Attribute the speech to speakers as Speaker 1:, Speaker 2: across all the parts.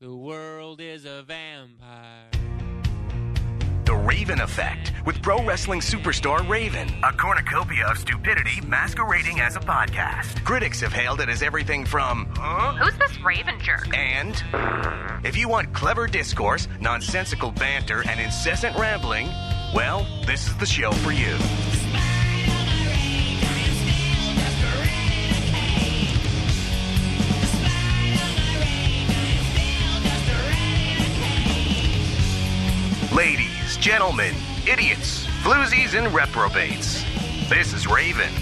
Speaker 1: The world is a vampire.
Speaker 2: The Raven Effect with pro wrestling superstar Raven.
Speaker 3: A cornucopia of stupidity masquerading as a podcast.
Speaker 2: Critics have hailed it as everything from huh?
Speaker 4: Who's this Raven jerk?
Speaker 2: and if you want clever discourse, nonsensical banter, and incessant rambling, well, this is the show for you. Ladies, gentlemen, idiots, floozies, and reprobates, this is Raven.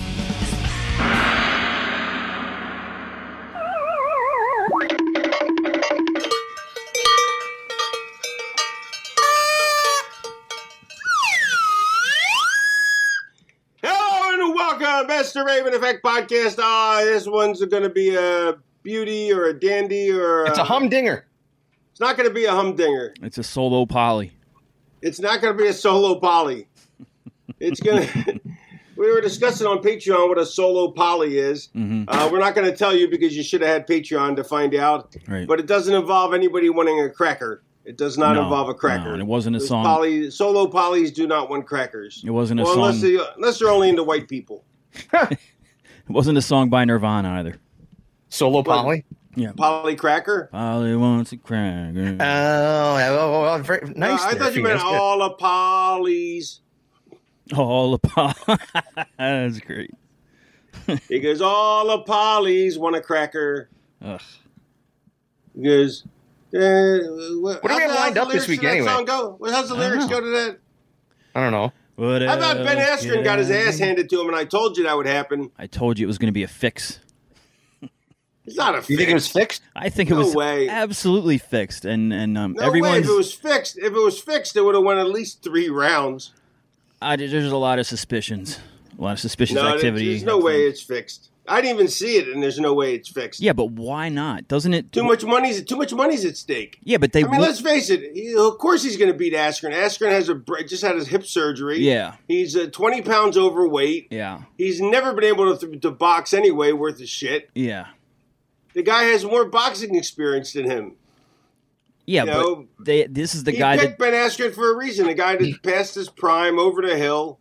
Speaker 5: Hello and welcome, Best of Raven Effect podcast. Ah, this one's going to be a beauty or a dandy or
Speaker 6: It's a humdinger.
Speaker 5: It's not going to be a humdinger.
Speaker 7: It's a solo poly.
Speaker 5: It's not going to be a solo poly. It's going to. We were discussing on Patreon what a solo poly is.
Speaker 7: Mm-hmm.
Speaker 5: Uh, we're not going to tell you because you should have had Patreon to find out.
Speaker 7: Right.
Speaker 5: But it doesn't involve anybody wanting a cracker. It does not
Speaker 7: No,
Speaker 5: involve a cracker.
Speaker 7: no, and it wasn't a
Speaker 5: Those
Speaker 7: song-
Speaker 5: Poly, solo polys do not want crackers.
Speaker 7: It wasn't a
Speaker 5: Well, Unless,
Speaker 7: song-
Speaker 5: they, unless they're only into white people.
Speaker 7: It wasn't a song by Nirvana either.
Speaker 6: Solo poly.
Speaker 5: Poly cracker.
Speaker 7: Polly wants a cracker.
Speaker 6: Oh, oh, oh, oh, very
Speaker 5: Uh,
Speaker 6: nice.
Speaker 5: I
Speaker 6: there,
Speaker 5: thought you
Speaker 6: Fee.
Speaker 5: meant
Speaker 6: That's good.
Speaker 5: all the polys.
Speaker 7: All the poly. That's great.
Speaker 5: He goes, all the polys want a cracker.
Speaker 7: Ugh.
Speaker 5: He goes, uh, what,
Speaker 6: What do we have lined up this week anyway?
Speaker 5: Song go? Well, How's the
Speaker 7: I don't
Speaker 5: lyrics go
Speaker 7: know.
Speaker 5: to that?
Speaker 6: I don't know.
Speaker 7: What
Speaker 5: How about Ben
Speaker 7: else
Speaker 5: Askren got his
Speaker 7: can-
Speaker 5: ass handed to him, and I told you that would happen.
Speaker 7: I told you it was going to be a fix.
Speaker 5: It's not a fix.
Speaker 6: You think it was fixed?
Speaker 7: I think it
Speaker 5: No
Speaker 7: was
Speaker 5: way.
Speaker 7: absolutely fixed, and and um,
Speaker 5: no way.
Speaker 7: everyone's.
Speaker 5: If it was fixed, if it was fixed, it would have won at least three rounds.
Speaker 7: I, there's a lot of suspicions, a lot of suspicious
Speaker 5: No,
Speaker 7: activity.
Speaker 5: there's no way it's fixed. I didn't even see it, and there's no way it's fixed.
Speaker 7: Yeah, but why not? Doesn't it?
Speaker 5: Too much money's too much money's at stake.
Speaker 7: Yeah, but they.
Speaker 5: I mean,
Speaker 7: wo-
Speaker 5: let's face it. He, of course, he's going to beat Askren. Askren has a br- just had his hip surgery.
Speaker 7: Yeah.
Speaker 5: he's uh, twenty pounds overweight.
Speaker 7: yeah,
Speaker 5: He's never been able to, to box anyway, worth a shit.
Speaker 7: yeah,
Speaker 5: The guy has more boxing experience than him.
Speaker 7: yeah.
Speaker 5: You
Speaker 7: but
Speaker 5: know,
Speaker 7: they. This is the
Speaker 5: he
Speaker 7: guy that
Speaker 5: picked Ben Askren for a reason. The guy that's past his prime, over the hill.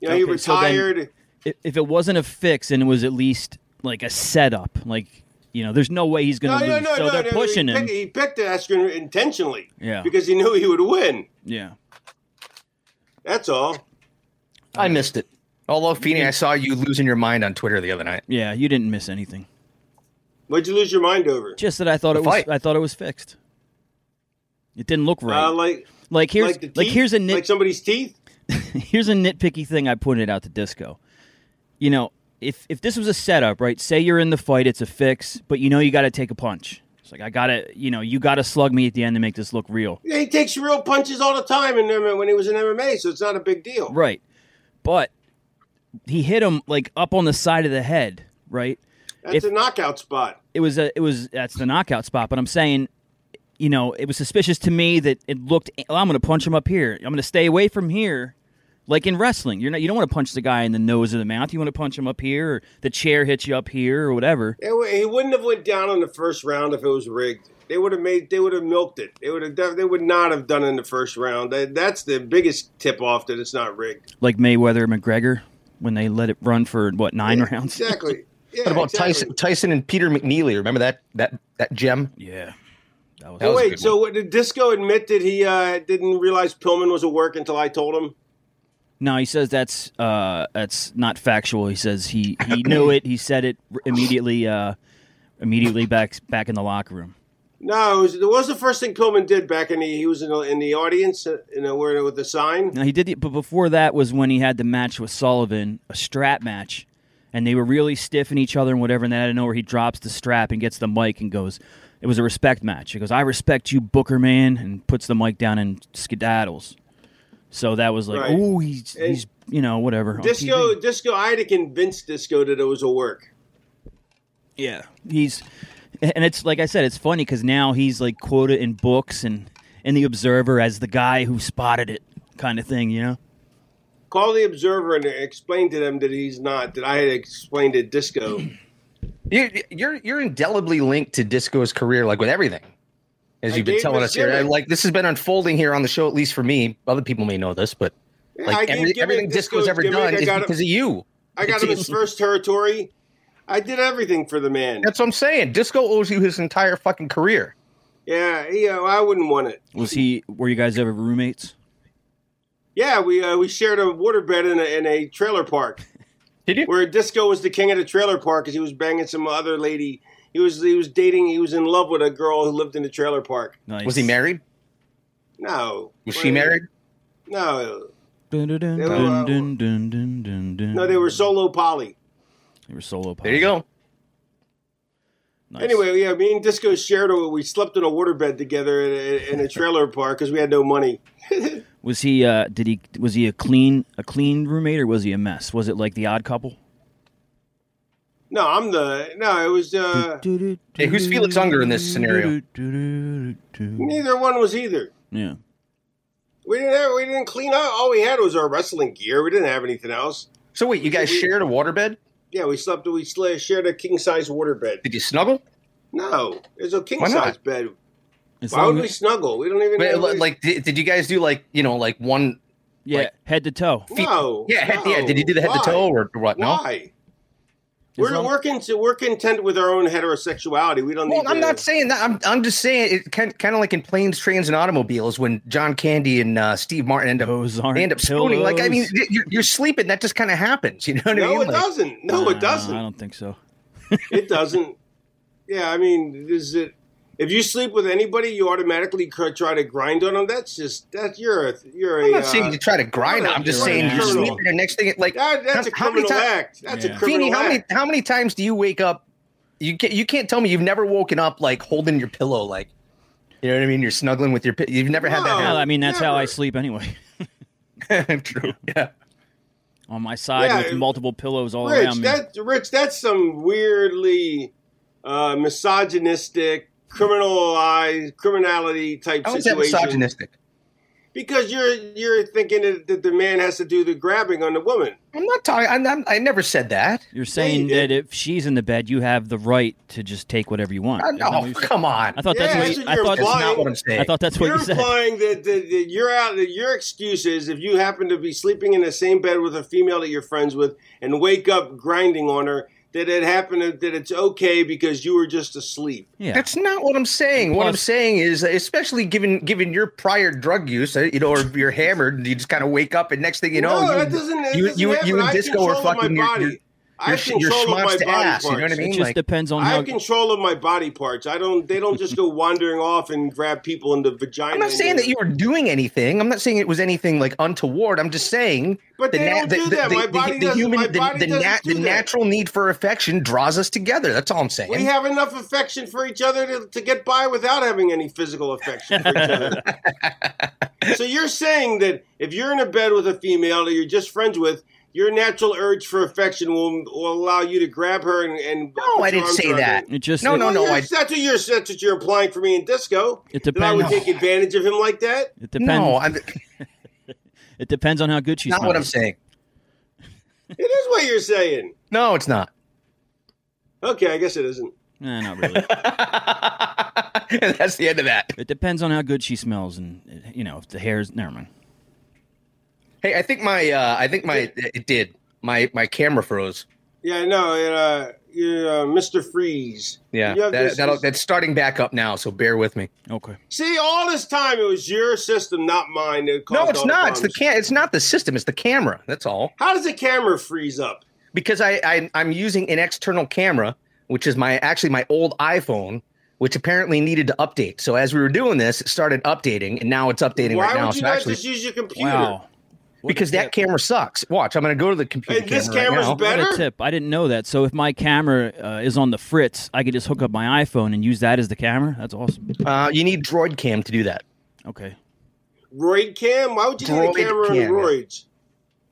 Speaker 5: You know, he
Speaker 7: Okay, so then-
Speaker 5: retired.
Speaker 7: if, if it wasn't a fix and it was at least like a setup, like you know, there's no way he's going
Speaker 5: no,
Speaker 7: to
Speaker 5: no,
Speaker 7: lose.
Speaker 5: no,
Speaker 7: so
Speaker 5: no,
Speaker 7: they're
Speaker 5: no.
Speaker 7: pushing
Speaker 5: he
Speaker 7: him.
Speaker 5: Picked, he picked Askren intentionally.
Speaker 7: Yeah.
Speaker 5: because he knew he would win.
Speaker 7: Yeah,
Speaker 5: That's all.
Speaker 6: I missed it. Although, Feeney, I saw you losing your mind on Twitter the other night.
Speaker 7: yeah. You didn't miss anything.
Speaker 5: What'd you lose your mind over?
Speaker 7: Just that I thought
Speaker 6: The
Speaker 7: it was.
Speaker 6: fight.
Speaker 7: I thought it was fixed. It didn't look right.
Speaker 5: Uh, like,
Speaker 7: like here's
Speaker 5: like
Speaker 7: like,
Speaker 5: the teeth?
Speaker 7: here's a nit
Speaker 5: like somebody's teeth.
Speaker 7: here's a nitpicky thing I pointed out to Disco. You know, if if this was a setup, right? Say you're in the fight, it's a fix, but you know you got to take a punch. It's like I gotta, you know, you gotta slug me at the end to make this look real.
Speaker 5: Yeah, he takes real punches all the time in MMA when he was in MMA, so it's not a big deal.
Speaker 7: Right. But he hit him like up on the side of the head, right?
Speaker 5: That's
Speaker 7: If-
Speaker 5: a knockout spot.
Speaker 7: It was a it was that's the knockout spot, but I'm saying you know, it was suspicious to me that it looked well, I'm going to punch him up here. I'm going to stay away from here. Like in wrestling, you're not you don't want to punch the guy in the nose or the mouth. You want to punch him up here or the chair hits you up here or whatever.
Speaker 5: It wa- he wouldn't have went down in the first round if it was rigged. They would have made. They would have milked it. They would have. done- They would not have done it in the first round. That- That's the biggest tip off that it's not rigged.
Speaker 7: Like Mayweather and McGregor when they let it run for what 9 rounds.
Speaker 5: Exactly. Yeah,
Speaker 6: What about
Speaker 5: exactly.
Speaker 6: Tyson? Tyson and Peter McNeely. Remember that that that gem?
Speaker 7: Yeah. That was,
Speaker 6: That
Speaker 5: Oh,
Speaker 6: was a
Speaker 5: wait,
Speaker 6: good
Speaker 5: so what, did Disco admit that he uh, didn't realize Pillman was at work until I told him?
Speaker 7: no, he says that's uh, that's not factual. He says he he knew it. He said it r- immediately uh, immediately back back in the locker room.
Speaker 5: No, it was, it was the first thing Pillman did back in the he was in the, in the audience, uh, you know, where with the sign.
Speaker 7: Now he did, the, but before that was when he had the match with Sullivan, a strap match, and they were really stiffing each other and whatever. And then out of nowhere, he drops the strap and gets the mic and goes, "It was a respect match." He goes, "I respect you, Booker man," and puts the mic down and skedaddles. So that was like,
Speaker 5: Right.
Speaker 7: oh, he's
Speaker 5: And
Speaker 7: he's you know whatever. on
Speaker 5: Disco,
Speaker 7: TV."
Speaker 5: Disco, I had to convince Disco that it was a work.
Speaker 7: yeah, he's, and it's like I said, it's funny because now he's like quoted in books and in the Observer as the guy who spotted it, kind of thing, you know.
Speaker 5: Call the observer and explain to them that he's not. That I had explained to Disco.
Speaker 6: You, you're you're indelibly linked to Disco's career, like with everything, as
Speaker 5: I
Speaker 6: you've been
Speaker 5: gave
Speaker 6: telling
Speaker 5: the
Speaker 6: us here.
Speaker 5: gimmick.
Speaker 6: And, Like this has been unfolding here on the show, at least for me. Other people may know this, but
Speaker 5: I
Speaker 6: like
Speaker 5: gave
Speaker 6: every,
Speaker 5: gimmick
Speaker 6: everything Disco's
Speaker 5: Disco's
Speaker 6: ever
Speaker 5: gimmick.
Speaker 6: done
Speaker 5: I
Speaker 6: is
Speaker 5: got it.
Speaker 6: because of you.
Speaker 5: I got him his first territory. I did everything for the man.
Speaker 6: That's what I'm saying. Disco owes you his entire fucking career.
Speaker 5: Yeah, yeah, I wouldn't want it.
Speaker 7: Was he? Were you guys ever roommates?
Speaker 5: Yeah, we uh, we shared a waterbed in a, in a trailer park.
Speaker 6: Did you?
Speaker 5: Where Disco was the king of the trailer park because he was banging some other lady. He was he was dating. He was in love with a girl who lived in the trailer park.
Speaker 7: Nice.
Speaker 6: Was he married?
Speaker 5: No,
Speaker 6: Was she married?
Speaker 5: No,
Speaker 7: Dun, dun, dun,
Speaker 5: They were,
Speaker 7: dun,
Speaker 5: uh,
Speaker 7: dun, dun, dun, dun, dun.
Speaker 5: no, they were solo poly.
Speaker 7: They were solo.
Speaker 6: There you go.
Speaker 7: Nice.
Speaker 5: Anyway, yeah, me and Disco shared. A, we slept in a waterbed together in a, in a trailer park because we had no money.
Speaker 7: was he? Uh, did he? Was he a clean, a clean roommate, or was he a mess? Was it like the Odd Couple?
Speaker 5: No, I'm the no. It was uh,
Speaker 6: Hey, who's Felix Unger in this scenario?
Speaker 5: neither one was either.
Speaker 7: Yeah.
Speaker 5: We didn't have, we didn't clean up. All we had was our wrestling gear. We didn't have anything else.
Speaker 6: So wait, you guys shared a waterbed?
Speaker 5: Yeah, we slept. We sl- shared a king size waterbed.
Speaker 6: Did you snuggle?
Speaker 5: No, it's a king
Speaker 6: Why not?
Speaker 5: size bed.
Speaker 7: As
Speaker 5: Why
Speaker 7: long
Speaker 5: would we
Speaker 7: as-
Speaker 5: snuggle? We don't even
Speaker 6: But,
Speaker 5: have-
Speaker 6: li- like, did, did you guys do like you know like one?
Speaker 7: yeah,
Speaker 6: like-
Speaker 7: head to toe.
Speaker 6: feet-
Speaker 5: No,
Speaker 6: Yeah, head, yeah.
Speaker 5: no.
Speaker 6: Did you do the head to
Speaker 5: Why?
Speaker 6: toe or what? No.
Speaker 5: Why? We're,
Speaker 7: long-
Speaker 5: we're, con- we're content with our own heterosexuality. We don't
Speaker 6: Well,
Speaker 5: need
Speaker 6: I'm
Speaker 5: to-
Speaker 6: not saying that. I'm I'm just saying it kind kind of like in planes, trains, and automobiles when John Candy and uh, Steve Martin end up
Speaker 7: Those aren't
Speaker 6: end up spooning. Like I mean,
Speaker 7: pillows.
Speaker 6: y- you're, you're sleeping. That just kind of happens. You know what I mean?
Speaker 5: No, it
Speaker 6: Like,
Speaker 5: doesn't. No,
Speaker 7: Nah,
Speaker 5: it doesn't.
Speaker 7: I don't think so.
Speaker 5: It doesn't. Yeah, I mean, is it? If you sleep with anybody, you automatically cr- try to grind on them. That's just that you're a you're a.
Speaker 6: I'm not
Speaker 5: uh,
Speaker 6: saying you try to grind.
Speaker 5: you're
Speaker 6: I'm just
Speaker 5: a
Speaker 6: saying you're
Speaker 5: criminal.
Speaker 6: sleeping. The next thing, like
Speaker 5: that, that's a
Speaker 6: how- how
Speaker 5: criminal
Speaker 6: many ti-
Speaker 5: act. That's
Speaker 7: Yeah.
Speaker 5: a
Speaker 6: Feeny,
Speaker 5: criminal
Speaker 6: how many
Speaker 5: act.
Speaker 6: how many times do you wake up? You can, you can't tell me you've never woken up like holding your pillow, like you know what I mean. You're snuggling with your. pi- You've never had
Speaker 5: No.
Speaker 7: Well,
Speaker 6: that
Speaker 7: I mean, that's how I
Speaker 5: never.
Speaker 7: sleep anyway.
Speaker 6: happen. True. Yeah.
Speaker 7: On my side
Speaker 5: Yeah,
Speaker 7: with
Speaker 5: it-
Speaker 7: multiple pillows all
Speaker 5: Rich,
Speaker 7: around me.
Speaker 5: that Rich, that's some weirdly uh, misogynistic, criminalized criminality type
Speaker 6: How is that
Speaker 5: situation.
Speaker 6: misogynistic?
Speaker 5: Because you're you're thinking that, that the man has to do the grabbing on the woman.
Speaker 6: I'm not talking. I'm, I'm, I never said that.
Speaker 7: You're saying
Speaker 5: did.
Speaker 7: that if she's in the bed, you have the right to just take whatever you want.
Speaker 6: I,
Speaker 7: Isn't that what
Speaker 6: no,
Speaker 7: you said?
Speaker 6: come on.
Speaker 7: I thought
Speaker 5: Yeah,
Speaker 7: that's
Speaker 5: that's what
Speaker 7: what you, I
Speaker 5: you're
Speaker 7: thought
Speaker 6: That's
Speaker 5: implying.
Speaker 6: not what I'm saying.
Speaker 7: I thought that's what
Speaker 5: you're
Speaker 7: you said.
Speaker 5: implying that, that, that you're out. That your excuse is if you happen to be sleeping in the same bed with a female that you're friends with and wake up grinding on her, that it happened. That it's okay because you were just asleep.
Speaker 7: Yeah.
Speaker 6: That's not what I'm saying. What I'm
Speaker 7: Plus-
Speaker 6: saying is, especially given given your prior drug use, uh, you know, or if you're hammered, and you just kind of wake up, and next thing you know,
Speaker 5: no,
Speaker 6: you,
Speaker 5: that doesn't. That
Speaker 6: you,
Speaker 5: doesn't
Speaker 6: you,
Speaker 5: happen.
Speaker 6: you
Speaker 5: I
Speaker 6: and
Speaker 5: have
Speaker 6: disco are
Speaker 5: control of
Speaker 6: fucking
Speaker 5: my
Speaker 6: your,
Speaker 5: body.
Speaker 6: your,
Speaker 5: I have
Speaker 6: your, your
Speaker 5: control of my
Speaker 6: schmucks
Speaker 5: body
Speaker 6: to ass.
Speaker 5: parts.
Speaker 6: You know what I
Speaker 7: it
Speaker 6: mean?
Speaker 7: just
Speaker 6: Like,
Speaker 7: depends on
Speaker 5: I
Speaker 7: how
Speaker 5: have control of my body parts. I don't. They don't just go wandering off and grab people in the vagina.
Speaker 6: I'm not
Speaker 5: and
Speaker 6: saying
Speaker 5: then-
Speaker 6: that you were doing anything. I'm not saying it was anything like untoward. I'm just saying
Speaker 5: But
Speaker 6: the
Speaker 5: they
Speaker 6: na-
Speaker 5: don't do that. My body doesn't- my body
Speaker 6: the, the,
Speaker 5: doesn't do that.
Speaker 6: the natural need for affection draws us together. That's all I'm saying.
Speaker 5: We have enough affection for each other to, to get by without having any physical affection for each other. so you're saying that if you're in a bed with a female that you're just friends with, your natural urge for affection will, will allow you to grab her and. and
Speaker 6: no,
Speaker 5: put
Speaker 6: I
Speaker 5: your
Speaker 6: didn't
Speaker 5: arms
Speaker 6: say
Speaker 5: around her.
Speaker 6: that.
Speaker 7: It just
Speaker 6: no,
Speaker 7: it-
Speaker 6: no,
Speaker 5: Well,
Speaker 6: no.
Speaker 5: you're-
Speaker 6: I,
Speaker 5: that's what you're that's what you're implying for me in disco.
Speaker 7: It
Speaker 5: That I would
Speaker 7: depends.
Speaker 5: take advantage of him like that.
Speaker 7: It depends.
Speaker 6: no, I'm
Speaker 7: it depends on how good she
Speaker 6: not
Speaker 7: smells.
Speaker 6: what I'm saying.
Speaker 5: It is what you're saying.
Speaker 6: No, it's not.
Speaker 5: Okay, I guess it isn't.
Speaker 7: Nah, not really.
Speaker 6: and that's the end of that.
Speaker 7: it depends on how good she smells, and you know if the hair's. Never mind.
Speaker 6: Hey, I think my uh I think my it did. My my camera froze.
Speaker 5: Yeah, no, it, uh, uh, Mr. Freeze.
Speaker 6: Yeah,
Speaker 5: You have
Speaker 6: that,
Speaker 5: this-
Speaker 6: that'll, that's starting back up now, so bear with me.
Speaker 7: Okay.
Speaker 5: See, all this time it was your system, not mine. That
Speaker 6: No,
Speaker 5: caused
Speaker 6: it's
Speaker 5: all
Speaker 6: not. It's the
Speaker 5: problems.
Speaker 6: can. It's not the system. It's the camera. That's all.
Speaker 5: How does the camera freeze up?
Speaker 6: Because I, I I'm using an external camera, which is my actually my old iPhone, which apparently needed to update. So as we were doing this, it started updating, and now it's updating
Speaker 5: Why
Speaker 6: right now.
Speaker 5: would you
Speaker 6: so
Speaker 5: not
Speaker 6: actually,
Speaker 5: just use your computer?
Speaker 7: Wow. What a
Speaker 6: because that
Speaker 7: tip.
Speaker 6: camera sucks. Watch, I'm going to go to the computer.
Speaker 5: Hey, this
Speaker 6: camera right
Speaker 5: camera's
Speaker 6: now.
Speaker 5: better.
Speaker 7: What a tip! I didn't know that. So if my camera uh, is on the fritz, I could just hook up my iPhone and use that as the camera. That's awesome.
Speaker 6: Uh, you need Droid Cam to do that.
Speaker 7: Okay.
Speaker 5: Roid cam? Why would you
Speaker 6: Droid
Speaker 5: need a camera
Speaker 6: cam.
Speaker 5: on roids?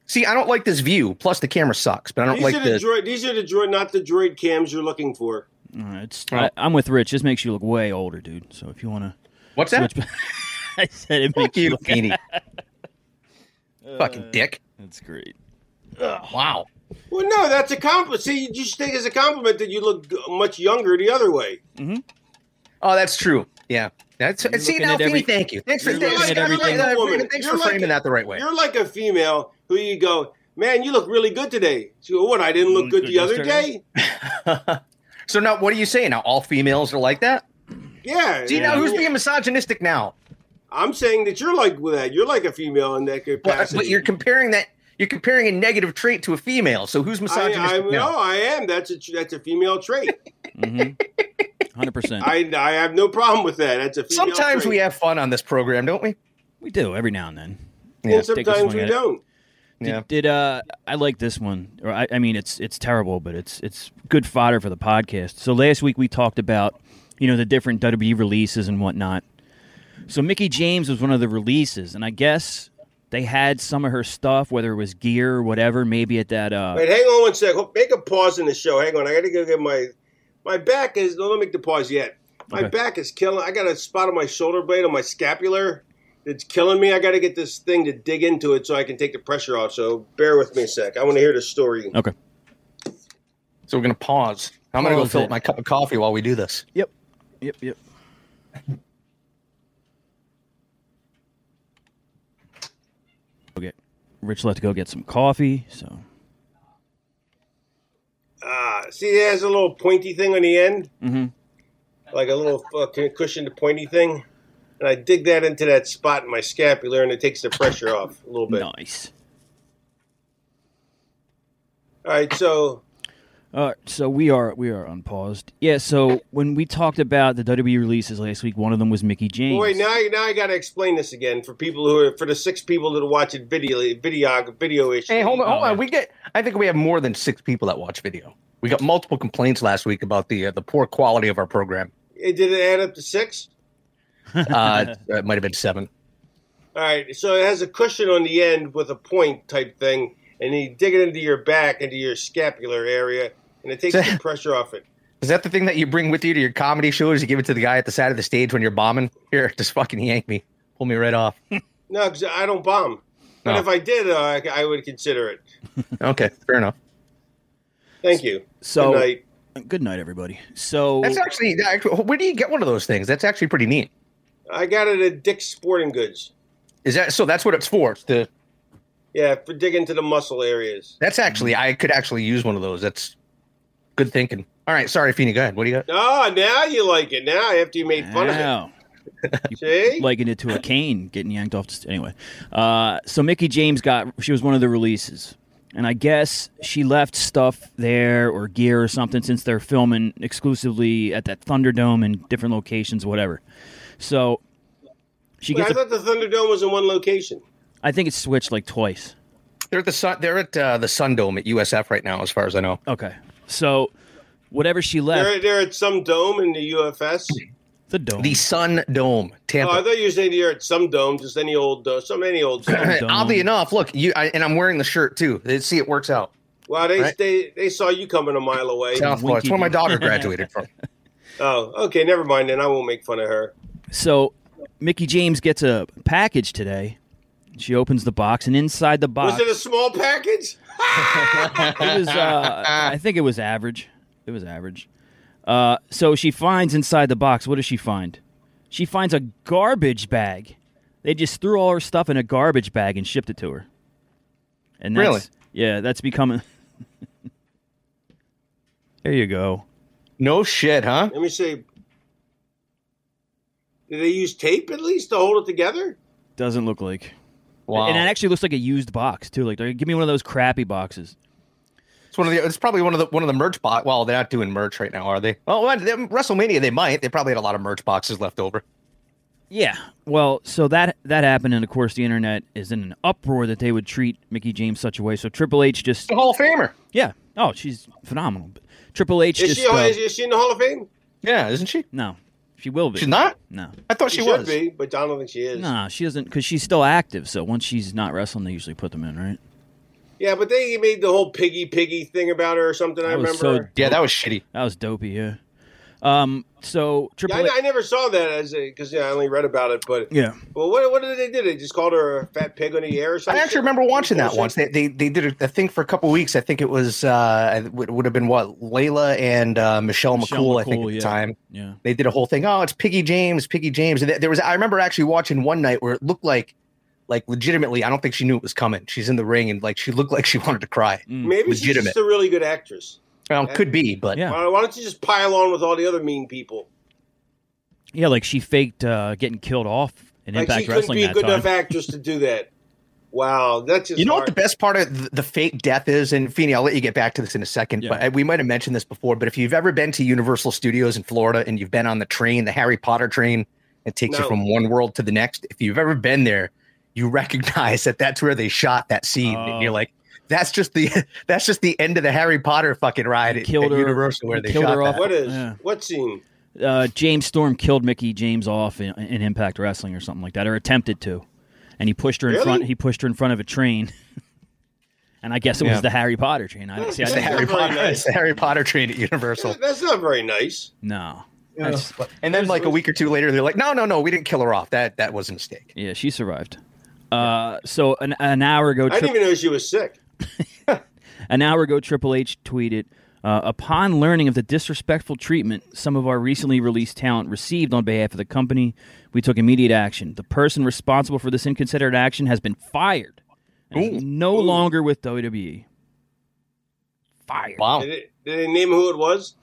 Speaker 6: See, I don't like this view. Plus, the camera sucks, but I don't
Speaker 5: These
Speaker 6: like
Speaker 5: are the
Speaker 6: this.
Speaker 5: droid. These are the droid, not the droid cams you're looking for.
Speaker 7: All right, it's, I, I'm with Rich. This makes you look way older, dude. So if you want to
Speaker 6: What's that?
Speaker 7: switch, back- I said it
Speaker 6: Fuck
Speaker 7: makes you
Speaker 6: you,
Speaker 7: look.
Speaker 6: Feeny.
Speaker 5: Uh,
Speaker 6: Fucking dick.
Speaker 7: That's great.
Speaker 6: Wow.
Speaker 5: Well, no, that's a compliment. See, you just take it as a compliment that you look g- much younger the other way.
Speaker 6: Oh, that's true. Yeah. That's see
Speaker 7: looking
Speaker 6: now,
Speaker 7: at
Speaker 6: Feeny,
Speaker 7: every-
Speaker 6: thank you. Thanks for
Speaker 7: You're
Speaker 6: thanks,
Speaker 7: looking at
Speaker 6: thanks for-
Speaker 7: everything.
Speaker 6: uh,
Speaker 5: Woman.
Speaker 6: Freeman, thanks
Speaker 5: You're
Speaker 6: for
Speaker 5: like
Speaker 6: framing
Speaker 5: a-
Speaker 6: that the right way.
Speaker 5: You're like a female who you go, man, you look really good today. She go, what? I didn't look good the other day.
Speaker 6: So now, what are you saying? Now all females are like that?
Speaker 5: Yeah.
Speaker 6: See
Speaker 5: I
Speaker 6: now, who's
Speaker 5: mean,
Speaker 6: being misogynistic now?
Speaker 5: I'm saying that you're like with that. You're like a female in that
Speaker 6: But,
Speaker 5: capacity.
Speaker 6: but you're comparing that. You're comparing a negative trait to a female. So who's
Speaker 5: I,
Speaker 6: misogynistic
Speaker 5: I, no,
Speaker 6: now?
Speaker 5: I am. That's a tr- that's a female trait.
Speaker 7: Hundred percent.
Speaker 5: I I have no problem with that. That's a female
Speaker 6: Sometimes
Speaker 5: trait.
Speaker 6: we have fun on this program, don't we?
Speaker 7: We do every now and then.
Speaker 5: And
Speaker 6: Yeah.
Speaker 7: Take a
Speaker 5: sometimes
Speaker 7: swing
Speaker 5: we
Speaker 7: at it.
Speaker 5: don't.
Speaker 7: Did,
Speaker 6: Yeah.
Speaker 7: did uh I like this one. Or I, I mean it's it's terrible, but it's it's good fodder for the podcast. So last week we talked about, you know, the different WWE releases and whatnot. So Mickey James was one of the releases, and I guess they had some of her stuff, whether it was gear or whatever, maybe at that uh
Speaker 5: Wait, hang on one sec. Ho- Make a pause in the show. Hang on. I got to go get my my back is. Don't make the pause yet. My
Speaker 7: Okay.
Speaker 5: back is killing. I got a spot on my shoulder blade on my scapular. It's killing me. I got to get this thing to dig into it so I can take the pressure off. So bear with me a sec. I want to hear the story.
Speaker 7: Okay.
Speaker 6: So we're gonna pause. I'm gonna go
Speaker 7: Pause
Speaker 6: fill
Speaker 7: it.
Speaker 6: up my cup of coffee while we do this.
Speaker 7: Yep. Yep, yep. Okay. Rich left to go get some coffee, so
Speaker 5: Ah, see, it has a little pointy thing on the end, mm-hmm. like a little fucking cushion to pointy thing. And I dig that into that spot in my scapular, and it takes the pressure off a little bit. All
Speaker 7: nice.
Speaker 5: right, so
Speaker 7: All right, so we are we are unpaused. Yeah, so when we talked about the WWE releases last week, one of them was Mickey James.
Speaker 5: Wait, now, I- now I got to explain this again for people who are for the six people that are watching video video video issue.
Speaker 6: Hey, hold on, hold
Speaker 7: Oh,
Speaker 6: on.
Speaker 7: yeah.
Speaker 6: We get. I think we have more than six people that watch video. We got multiple complaints last week about the uh, the poor quality of our program.
Speaker 5: It- Did it add up to six?
Speaker 6: Uh, it might have been seven.
Speaker 5: All right, so it has a cushion on the end with a point type thing, and you dig it into your back, into your scapular area, and it takes the pressure off it.
Speaker 6: Is that the thing that you bring with you to your comedy shows? You give it to the guy at the side of the stage when you're bombing. Here, just fucking yank me, pull me right off.
Speaker 5: No, 'cause I don't bomb. But
Speaker 6: No.
Speaker 5: if I did, uh, I, I would consider it.
Speaker 6: Okay, fair enough.
Speaker 5: Thank you.
Speaker 7: So-
Speaker 5: Good night.
Speaker 7: Good night, everybody. So
Speaker 6: That's actually. that actu- Where do you get one of those things? That's actually pretty neat.
Speaker 5: I got it at Dick's Sporting Goods.
Speaker 6: Is that so? That's what it's for. It's the
Speaker 5: Yeah, for digging into the muscle areas.
Speaker 6: that's actually I could actually use one of those. That's good thinking. All right, sorry, Feeny. Go ahead. What do you got?
Speaker 5: Oh, now you like it. Now after you made fun of
Speaker 7: Wow.
Speaker 5: it, see?
Speaker 7: likened it to a cane getting yanked off. The st- anyway, uh, so Mickey James got she was one of the releases, and I guess she left stuff there or gear or something since they're filming exclusively at that Thunderdome and different locations, whatever. So she
Speaker 5: Wait,
Speaker 7: gets.
Speaker 5: I
Speaker 7: a-
Speaker 5: thought the Thunderdome was in one location.
Speaker 7: I think it's switched like twice.
Speaker 6: They're at the sun. They're at uh, the Sun Dome at USF right now, as far as I know.
Speaker 7: Okay, so whatever she left,
Speaker 5: They're, they're at some dome in the UFS.
Speaker 7: the dome.
Speaker 6: The Sun Dome,
Speaker 5: Oh, I
Speaker 6: Tampa.
Speaker 5: thought you were saying you're at some dome, just any old dome, some any old dome.
Speaker 7: Dome.
Speaker 6: Oddly enough, look, you I, and I'm wearing the shirt too. They- See, it works out.
Speaker 5: Wow, they,
Speaker 6: Right.
Speaker 5: they they saw you coming a mile away.
Speaker 6: South Florida. It's where my
Speaker 7: Winky-dink.
Speaker 6: daughter graduated from.
Speaker 5: Oh, okay, never mind then. I won't make fun of her.
Speaker 7: So Mickey James gets a package today. She opens the box, and inside the box,
Speaker 5: Was it a small package?
Speaker 7: it was, uh, I think it was average. It was average. Uh, so she finds inside the box. What does she find? She finds a garbage bag. They just threw all her stuff in a garbage bag and shipped it to her. And that's,
Speaker 6: Really?
Speaker 7: Yeah, that's becoming. There you go.
Speaker 6: No shit, huh?
Speaker 5: Let me see. Did they use tape at least to hold it together?
Speaker 7: Doesn't look like.
Speaker 6: Wow.
Speaker 7: And it actually looks like a used box too. Like, they're- give me one of those crappy boxes.
Speaker 6: It's one of the. It's probably one of the one of the merch box. Well, they're not doing merch right now, are they? Oh, well, they- WrestleMania they might. They probably had a lot of merch boxes left over.
Speaker 7: Yeah. Well, so that that happened, and of course the internet is in an uproar that they would treat Mickey James such a way. So Triple H just
Speaker 6: The Hall of Famer.
Speaker 7: yeah. Oh, she's phenomenal. But Triple H
Speaker 5: Is
Speaker 7: just
Speaker 5: she
Speaker 7: uh,
Speaker 5: is, is she in the Hall of Fame?
Speaker 6: Yeah, isn't she?
Speaker 7: no, she will be.
Speaker 6: She's not.
Speaker 7: No,
Speaker 6: I thought she,
Speaker 5: should
Speaker 6: was.
Speaker 5: be, but I don't think she is.
Speaker 7: no, she doesn't because she's still active. So once she's not wrestling, they usually put them in, right?
Speaker 5: Yeah, but they made the whole piggy piggy thing about her or something. I
Speaker 7: That
Speaker 5: remember.
Speaker 7: was so
Speaker 6: Yeah, that was shitty.
Speaker 7: that was dopey. Yeah. Um. So
Speaker 5: Yeah,
Speaker 7: Triple
Speaker 5: I, I
Speaker 7: H.
Speaker 5: never saw that as a because yeah, I only read about it. But
Speaker 7: Yeah.
Speaker 5: well, what what did they do? They just called her a fat pig on the air or
Speaker 6: I
Speaker 5: something.
Speaker 6: actually remember watching that once. They they, they did a, a thing for a couple weeks. I think it was uh, it would, would have been what Layla and uh, Michelle,
Speaker 7: Michelle
Speaker 6: McCool, I think
Speaker 7: McCool,
Speaker 6: at the
Speaker 7: yeah.
Speaker 6: time.
Speaker 7: Yeah.
Speaker 6: They did a whole thing. Oh, it's Piggy James, Piggy James. And th- there was I remember actually watching one night where it looked like like legitimately, I don't think she knew it was coming. She's in the ring and like she looked like she wanted to cry.
Speaker 7: Mm.
Speaker 5: Maybe she's
Speaker 6: Legitimate.
Speaker 5: just a really good actress.
Speaker 6: Well, Um, could be, but
Speaker 7: Yeah.
Speaker 5: Why, why don't you just pile on with all the other mean people?
Speaker 7: Yeah. Like she faked uh, getting killed off in
Speaker 5: Like
Speaker 7: Impact
Speaker 5: she couldn't
Speaker 7: Wrestling
Speaker 5: be a
Speaker 7: that
Speaker 5: good
Speaker 7: time.
Speaker 5: enough actress to do that. Wow, that's just
Speaker 6: You know what the
Speaker 5: hard.
Speaker 6: best part of th- the fake death is, and Feeney, I'll let you get back to this in a second,
Speaker 7: Yeah.
Speaker 6: but I, we might have mentioned this before. But if you've ever been to Universal Studios in Florida and you've been on the train, the Harry Potter train, it takes
Speaker 5: No.
Speaker 6: you from one world to the next. If you've ever been there, you recognize that that's where they shot that scene,
Speaker 7: Oh.
Speaker 6: and you're like, "That's just the that's just the end of the Harry Potter fucking ride
Speaker 7: They
Speaker 6: at,
Speaker 7: killed
Speaker 6: at
Speaker 7: her-
Speaker 6: Universal where
Speaker 7: they
Speaker 6: they
Speaker 7: killed
Speaker 6: shot
Speaker 7: her off-
Speaker 6: that."
Speaker 5: What is
Speaker 7: Yeah.
Speaker 5: what scene?
Speaker 7: uh, James Storm killed Mickey James off in, in Impact Wrestling or something like that, or attempted to, and he pushed her in
Speaker 5: Really?
Speaker 7: front. He pushed her in front of a train, and I guess it
Speaker 6: Yeah.
Speaker 7: was the Harry Potter train. I see. I
Speaker 5: That's
Speaker 6: The
Speaker 7: didn't-
Speaker 5: not
Speaker 6: Harry
Speaker 5: very
Speaker 6: Potter,
Speaker 5: nice.
Speaker 6: it's the Harry Potter train at Universal.
Speaker 5: That's not very nice.
Speaker 7: no, That's-
Speaker 6: And then, like a week or two later, they're like, "No, no, no, we didn't kill her off. That that was a mistake."
Speaker 7: yeah, she survived. Uh, so an, an hour ago,
Speaker 5: I
Speaker 7: Tri-
Speaker 5: didn't even know she was sick.
Speaker 7: An hour ago, Triple H tweeted uh, Upon learning of the disrespectful treatment some of our recently released talent received on behalf of the company, we took immediate action. The person responsible for this inconsiderate action has been fired. and is no longer with E." WWE. Fired.
Speaker 6: Wow.
Speaker 5: Did, it, did they name who it was?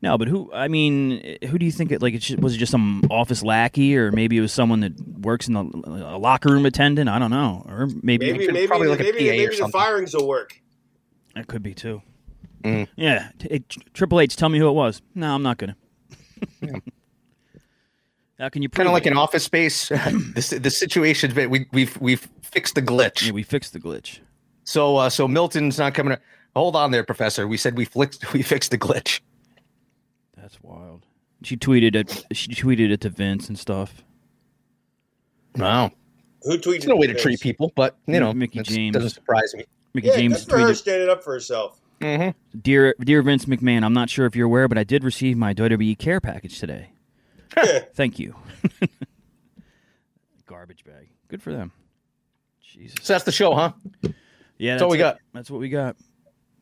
Speaker 7: No, but who? I mean, who do you think it? Like, it ju- was it just some office lackey, or maybe it was someone that works in the a locker room attendant? I don't know, or maybe,
Speaker 5: Maybe
Speaker 6: could
Speaker 5: maybe
Speaker 6: probably look at
Speaker 5: maybe,
Speaker 6: PA or
Speaker 5: maybe the
Speaker 6: something.
Speaker 5: firings will work.
Speaker 7: That could be too.
Speaker 6: Mm.
Speaker 7: Yeah, t- it- Tr- Triple H, tell me who it was. No, I'm not gonna. How can you prove
Speaker 6: kind of like
Speaker 7: it?
Speaker 6: an office space. the the situation's been we we've we've fixed the glitch.
Speaker 7: Yeah, we fixed the glitch.
Speaker 6: So uh, so Milton's not coming. To, hold on there, Professor. We said we flicked we fixed the glitch.
Speaker 7: That's wild. She tweeted it. She tweeted it to Vince and stuff.
Speaker 6: Wow,
Speaker 5: Who tweeted?
Speaker 6: it's no way to
Speaker 5: this?
Speaker 6: treat people, but you know,
Speaker 7: Mickey
Speaker 6: it's-
Speaker 7: James.
Speaker 6: doesn't surprise me.
Speaker 7: Mickey
Speaker 5: Yeah,
Speaker 7: James
Speaker 5: good for her
Speaker 7: tweeted,
Speaker 5: standing up for herself.
Speaker 7: "Dear dear Vince McMahon, I'm not sure if you're aware, but I did receive my WWE care package today. Thank you." Garbage bag. Good for them. Jesus.
Speaker 6: So that's the show, huh?
Speaker 7: Yeah,
Speaker 6: That's all we
Speaker 7: it.
Speaker 6: got.
Speaker 7: That's what we got.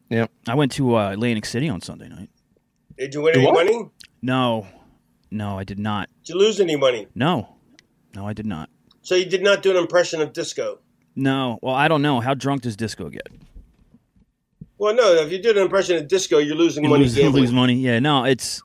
Speaker 6: Yeah.
Speaker 7: I went to uh, Atlantic City on Sunday night.
Speaker 5: Did you win any
Speaker 6: what?
Speaker 5: money? Did
Speaker 7: No, no, I did not.
Speaker 5: you lose any money?
Speaker 7: No, no, I did not.
Speaker 5: So you did not do an impression of disco.
Speaker 7: No, well, I don't know. How drunk does Disco get?
Speaker 5: Well, no. If you did an impression of disco, you're losing
Speaker 7: You
Speaker 5: money.
Speaker 7: lose,
Speaker 5: gambling.
Speaker 7: lose money. Yeah, no, it's.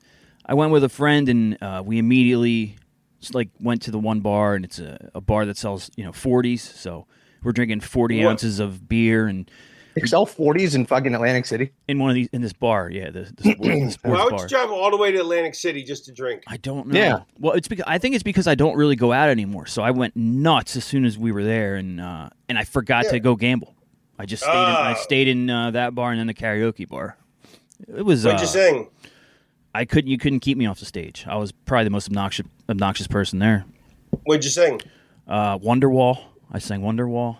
Speaker 7: I went with a friend and uh, we immediately just, like went to the one bar and it's a, a bar that sells you know 40s. So we're drinking 40
Speaker 5: What?
Speaker 7: ounces of beer and
Speaker 6: Excel forties in fucking Atlantic City.
Speaker 7: in one of these in this bar. Yeah, the, the sports, the sports
Speaker 5: Why would
Speaker 7: bar.
Speaker 5: you drive all the way to Atlantic City just to drink?
Speaker 7: I don't know.
Speaker 6: Yeah.
Speaker 7: Well, it's because I think it's because I don't really go out anymore. So I went nuts as soon as we were there, and uh, and I forgot to go gamble. I just stayed. In, I
Speaker 5: Oh.
Speaker 7: stayed in uh, that bar and then the karaoke bar. It was.
Speaker 5: What'd
Speaker 7: uh,
Speaker 5: you sing?
Speaker 7: I couldn't. You couldn't keep me off the stage. I was probably the most obnoxious obnoxious person there.
Speaker 5: What'd you sing?
Speaker 7: Uh, Wonderwall. I sang Wonderwall.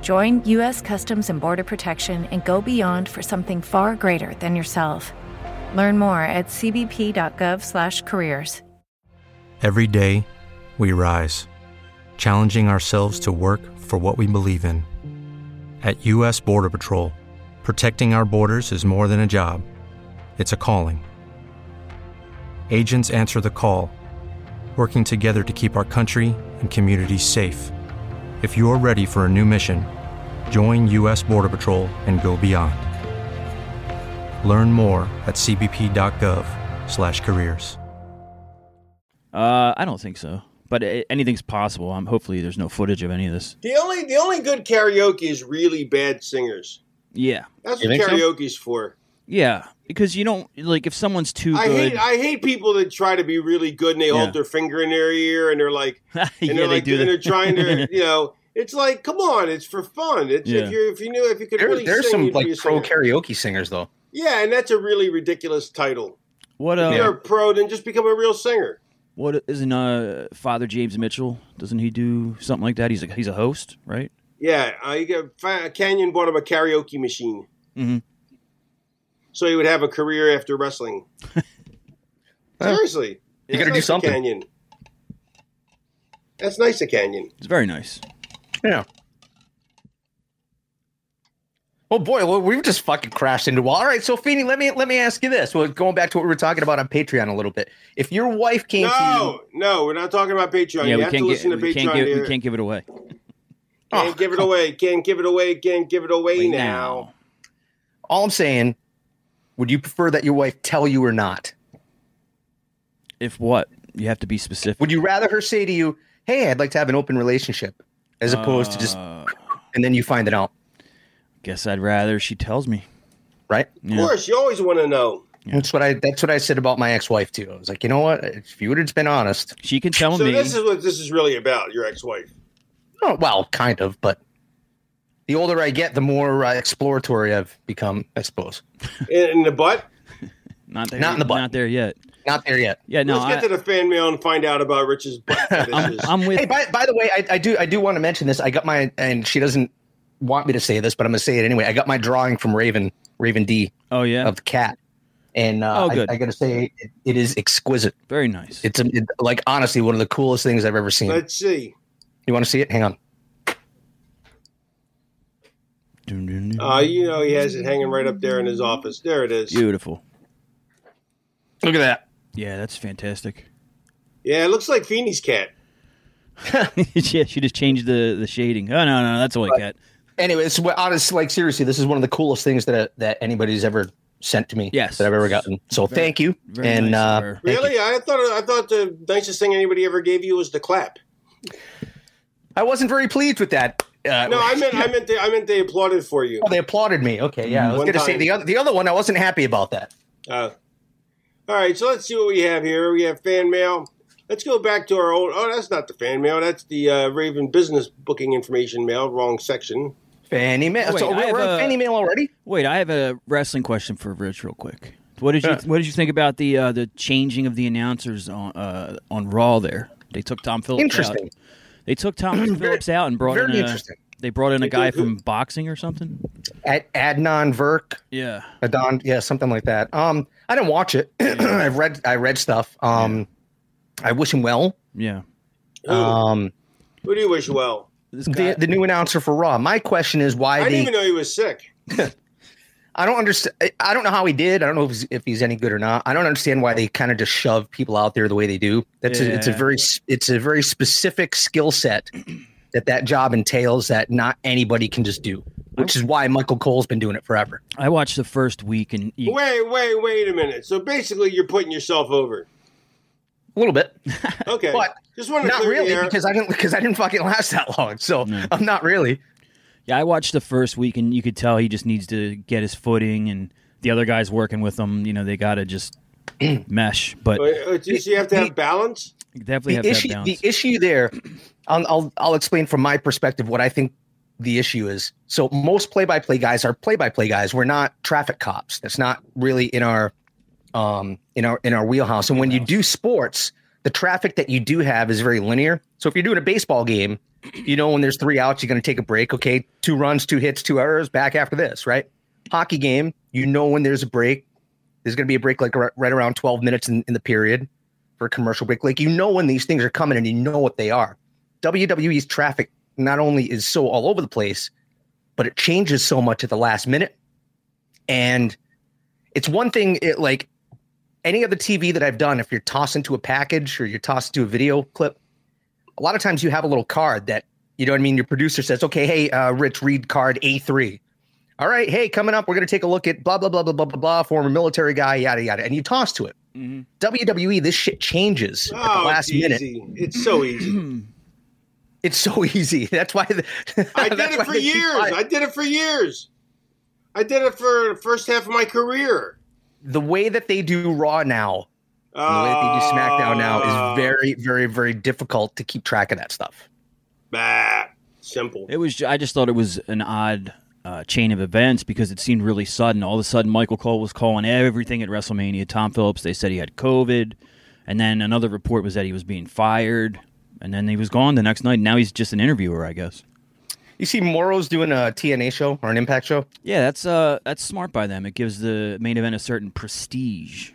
Speaker 8: Join U.S. Customs and Border Protection and go beyond for something far greater than yourself. Learn more at cbp.gov/careers.
Speaker 4: Every day, we rise, challenging ourselves to work for what we believe in. At U.S. Border Patrol, protecting our borders is more than a job, it's a calling. Agents answer the call, working together to keep our country and communities safe. If you're ready for a new mission, join U.S. Border Patrol and go beyond. Learn more at cbp.gov/careers.
Speaker 7: Uh, I don't think so, but uh anything's possible. Um, hopefully, there's no footage of any of this.
Speaker 5: The only the only good karaoke is really bad singers.
Speaker 7: Yeah,
Speaker 5: That's
Speaker 6: You
Speaker 5: what
Speaker 6: think so?
Speaker 5: karaoke's for.
Speaker 7: yeah, because you don't like if someone's too
Speaker 5: I
Speaker 7: good.
Speaker 5: hate I hate people that try to be really good and they
Speaker 7: Yeah.
Speaker 5: hold their finger in their ear and they're like and
Speaker 7: yeah,
Speaker 5: they're like
Speaker 7: they do.
Speaker 5: and
Speaker 7: that.
Speaker 5: they're trying to you know it's like come on it's for fun it's
Speaker 7: Yeah.
Speaker 5: if you if you knew if you could
Speaker 6: There,
Speaker 5: really
Speaker 6: there's
Speaker 5: sing,
Speaker 6: some
Speaker 5: you'd be
Speaker 6: like
Speaker 5: a
Speaker 6: pro
Speaker 5: singer.
Speaker 6: karaoke singers though.
Speaker 5: yeah and that's a really ridiculous title
Speaker 7: What uh,
Speaker 5: if you're a pro then just become a real singer
Speaker 7: what isn't uh Father James Mitchell? Doesn't he do something like that? He's a he's a host, right?
Speaker 5: yeah uh, you get, fa- Canyon bought him a karaoke machine
Speaker 7: Mhm.
Speaker 5: so he would have a career after wrestling seriously
Speaker 6: You
Speaker 5: That's
Speaker 6: gotta do
Speaker 5: nice of
Speaker 6: something.
Speaker 5: Canyon that's nice of Canyon
Speaker 7: It's very nice.
Speaker 6: Yeah. Oh boy, well, we've just fucking crashed into a wall. All right, so Feeney, let me let me ask you this. Well, going back to what we were talking about on Patreon a little bit. If your wife came to
Speaker 5: no no we're not talking about Patreon
Speaker 7: yeah,
Speaker 5: Oh, you
Speaker 7: we
Speaker 5: have
Speaker 7: can't
Speaker 5: to
Speaker 7: get
Speaker 5: listen to
Speaker 7: we
Speaker 5: Patreon
Speaker 7: can't give,
Speaker 5: here.
Speaker 7: we can't give it away.
Speaker 5: Can't
Speaker 6: Oh,
Speaker 5: give it away. Can't give it away. Can't give it away
Speaker 7: Right
Speaker 5: now.
Speaker 6: you, all I'm saying, would you prefer that your wife tell you or not?
Speaker 7: If what you have to be specific.
Speaker 6: Would you rather her say to you, "Hey, I'd like to have an open relationship," as opposed to just
Speaker 7: Uh,
Speaker 6: and then you find it out,
Speaker 7: guess I'd rather she tells me.
Speaker 6: right?
Speaker 5: Of course, you always want to know.
Speaker 6: That's what I that's what I said about my ex-wife too. I was like, you know what? If you would have just been honest,
Speaker 7: She can tell
Speaker 5: So
Speaker 7: me.
Speaker 5: this is what this is really about. Your ex-wife.
Speaker 6: oh, well, kind of, but the older I get, the more uh, exploratory I've become, I suppose.
Speaker 5: In, in the butt.
Speaker 7: not there.
Speaker 6: not in the butt.
Speaker 7: Not there yet.
Speaker 6: Not there yet.
Speaker 7: Yeah, no.
Speaker 5: Let's get
Speaker 7: I,
Speaker 5: to the fan mail and find out about Rich's butt. fetishes.
Speaker 7: I'm with.
Speaker 6: Hey, by, by the way, I, I do I do want to mention this. I got my and she doesn't want me to say this, but I'm gonna say it anyway. I got my drawing from Raven Raven D
Speaker 7: oh yeah,
Speaker 6: of the cat, and uh,
Speaker 7: Oh,
Speaker 6: I-
Speaker 7: good.
Speaker 6: I, gotta say it, it is exquisite.
Speaker 7: very nice.
Speaker 6: It's um, it, like honestly one of the coolest things I've ever seen.
Speaker 5: Let's see.
Speaker 6: You want to see it? Hang on.
Speaker 7: Dun, dun, dun.
Speaker 5: Uh, you know he has it hanging right up there in his office. There it is.
Speaker 7: Beautiful.
Speaker 6: Look at that.
Speaker 7: Yeah, that's fantastic.
Speaker 5: Yeah, it looks like Feeney's cat.
Speaker 7: yeah, she just changed the the shading. Oh no, no, that's all I got.
Speaker 6: Anyway, it's what honest. Like seriously, this is one of the coolest things that uh, that anybody's ever sent to me.
Speaker 7: Yes.
Speaker 6: that I've ever gotten. So thank you.
Speaker 7: Very
Speaker 6: And
Speaker 7: nice of
Speaker 6: uh,
Speaker 7: her.
Speaker 6: thank you.
Speaker 5: Really, I thought I thought the nicest thing anybody ever gave you was the clap.
Speaker 6: I wasn't very pleased with that. Uh,
Speaker 5: No, I meant I meant they, I meant they applauded for you.
Speaker 6: Oh, they applauded me. Okay, yeah. I was
Speaker 5: One
Speaker 6: going to say
Speaker 5: time.
Speaker 6: the other the other one. I wasn't happy about that.
Speaker 5: Uh, all right, so let's see what we have here. We have fan mail. Let's go back to our old. Oh, that's not the fan mail. That's the uh, Raven business booking information mail. Wrong section.
Speaker 6: Fanny mail.
Speaker 7: Oh, Wait,
Speaker 6: so
Speaker 7: I
Speaker 6: we're,
Speaker 7: have
Speaker 6: we're on
Speaker 7: a-
Speaker 6: Fanny mail already.
Speaker 7: Wait, I have a wrestling question for Rich, real quick. What did you What did you think about the uh, the changing of the announcers on uh, on Raw? There, they took Tom Phillips.
Speaker 6: Interesting.
Speaker 7: Out. They took Tom Phillips out and brought
Speaker 6: very
Speaker 7: in. A,
Speaker 6: interesting.
Speaker 7: they brought in a guy from boxing or something.
Speaker 6: At Adnan Verk,
Speaker 7: Yeah,
Speaker 6: Adon, yeah, something like that. Um, I didn't watch it. I've read I read stuff. Um, I wish him well.
Speaker 7: yeah.
Speaker 5: Who,
Speaker 6: Um,
Speaker 5: who do you wish well?
Speaker 7: This guy,
Speaker 6: the, the new announcer for Raw. My question is why
Speaker 5: I
Speaker 6: they
Speaker 5: didn't even know he was sick.
Speaker 6: I don't understand. I don't know how he did. I don't know if he's, if he's any good or not. I don't understand why they kind of just shove people out there the way they do. That's a, it's a
Speaker 7: Yeah.
Speaker 6: very s- it's a very specific skill set that that job entails that not anybody can just do. Which is why Michael Cole's been doing it forever.
Speaker 7: I watched the first week and you,
Speaker 5: Wait, wait, wait a minute. So basically, you're putting yourself over.
Speaker 6: A little bit,
Speaker 5: Okay,
Speaker 6: But
Speaker 5: just want to
Speaker 6: not
Speaker 5: clear the
Speaker 6: really,
Speaker 5: air.
Speaker 6: because I didn't because I didn't fucking last that long. So I'm not really.
Speaker 7: yeah, I watched the first week and you could tell he just needs to get his footing and the other guys working with him. You know, they gotta just mesh, but
Speaker 5: Wait, uh, do you, so you have to have balance.
Speaker 7: definitely have
Speaker 6: The
Speaker 7: that
Speaker 6: issue
Speaker 7: balance.
Speaker 6: the issue there. I'll, I'll I'll explain from my perspective what I think the issue is. So most play by play guys are play by play guys. We're not traffic cops. That's not really in our um, in our in our wheelhouse. And when you do sports, the traffic that you do have is very linear. So if you're doing a baseball game, you know when there's three outs, you're going to take a break. Okay, two runs, two hits, two errors. Back after this, right? Hockey game, you know when there's a break. There's going to be a break like right, right around 12 minutes in, in the period. for commercial break. Like you know when these things are coming and you know what they are. WWE's traffic not only is so all over the place, but it changes so much at the last minute. And it's one thing it like any other TV that I've done, if you're tossed into a package or you're tossed into a video clip, a lot of times you have a little card that you know what I mean. Your producer says, "Okay, hey, uh, Rich, read card A three. All right, hey, coming up, we're going to take a look at blah blah blah blah blah blah blah. Former military guy, yada yada, and you toss to it. WWE, this shit changes at the
Speaker 5: Oh,
Speaker 6: last
Speaker 5: it's easy.
Speaker 6: minute.
Speaker 5: It's so easy.
Speaker 6: It's so easy. That's why. The,
Speaker 5: I did
Speaker 6: that's
Speaker 5: it
Speaker 6: why
Speaker 5: for
Speaker 6: they keep
Speaker 5: years.
Speaker 6: buying-
Speaker 5: I did it for years. I did it for the first half of my career.
Speaker 6: the way that they do Raw now, and the way that they do SmackDown now,
Speaker 5: Uh,
Speaker 6: is very, very, very difficult to keep track of that stuff.
Speaker 5: bah, simple.
Speaker 7: It was. ju- I just thought it was an odd uh, chain of events because it seemed really sudden. All of a sudden, Michael Cole was calling everything at WrestleMania. Tom Phillips. They said he had COVID, and then another report was that he was being fired, and then he was gone the next night. Now he's just an interviewer, I guess.
Speaker 6: You see, Moro's doing a TNA show or an Impact show.
Speaker 7: Yeah, that's uh, that's smart by them. It gives the main event a certain prestige.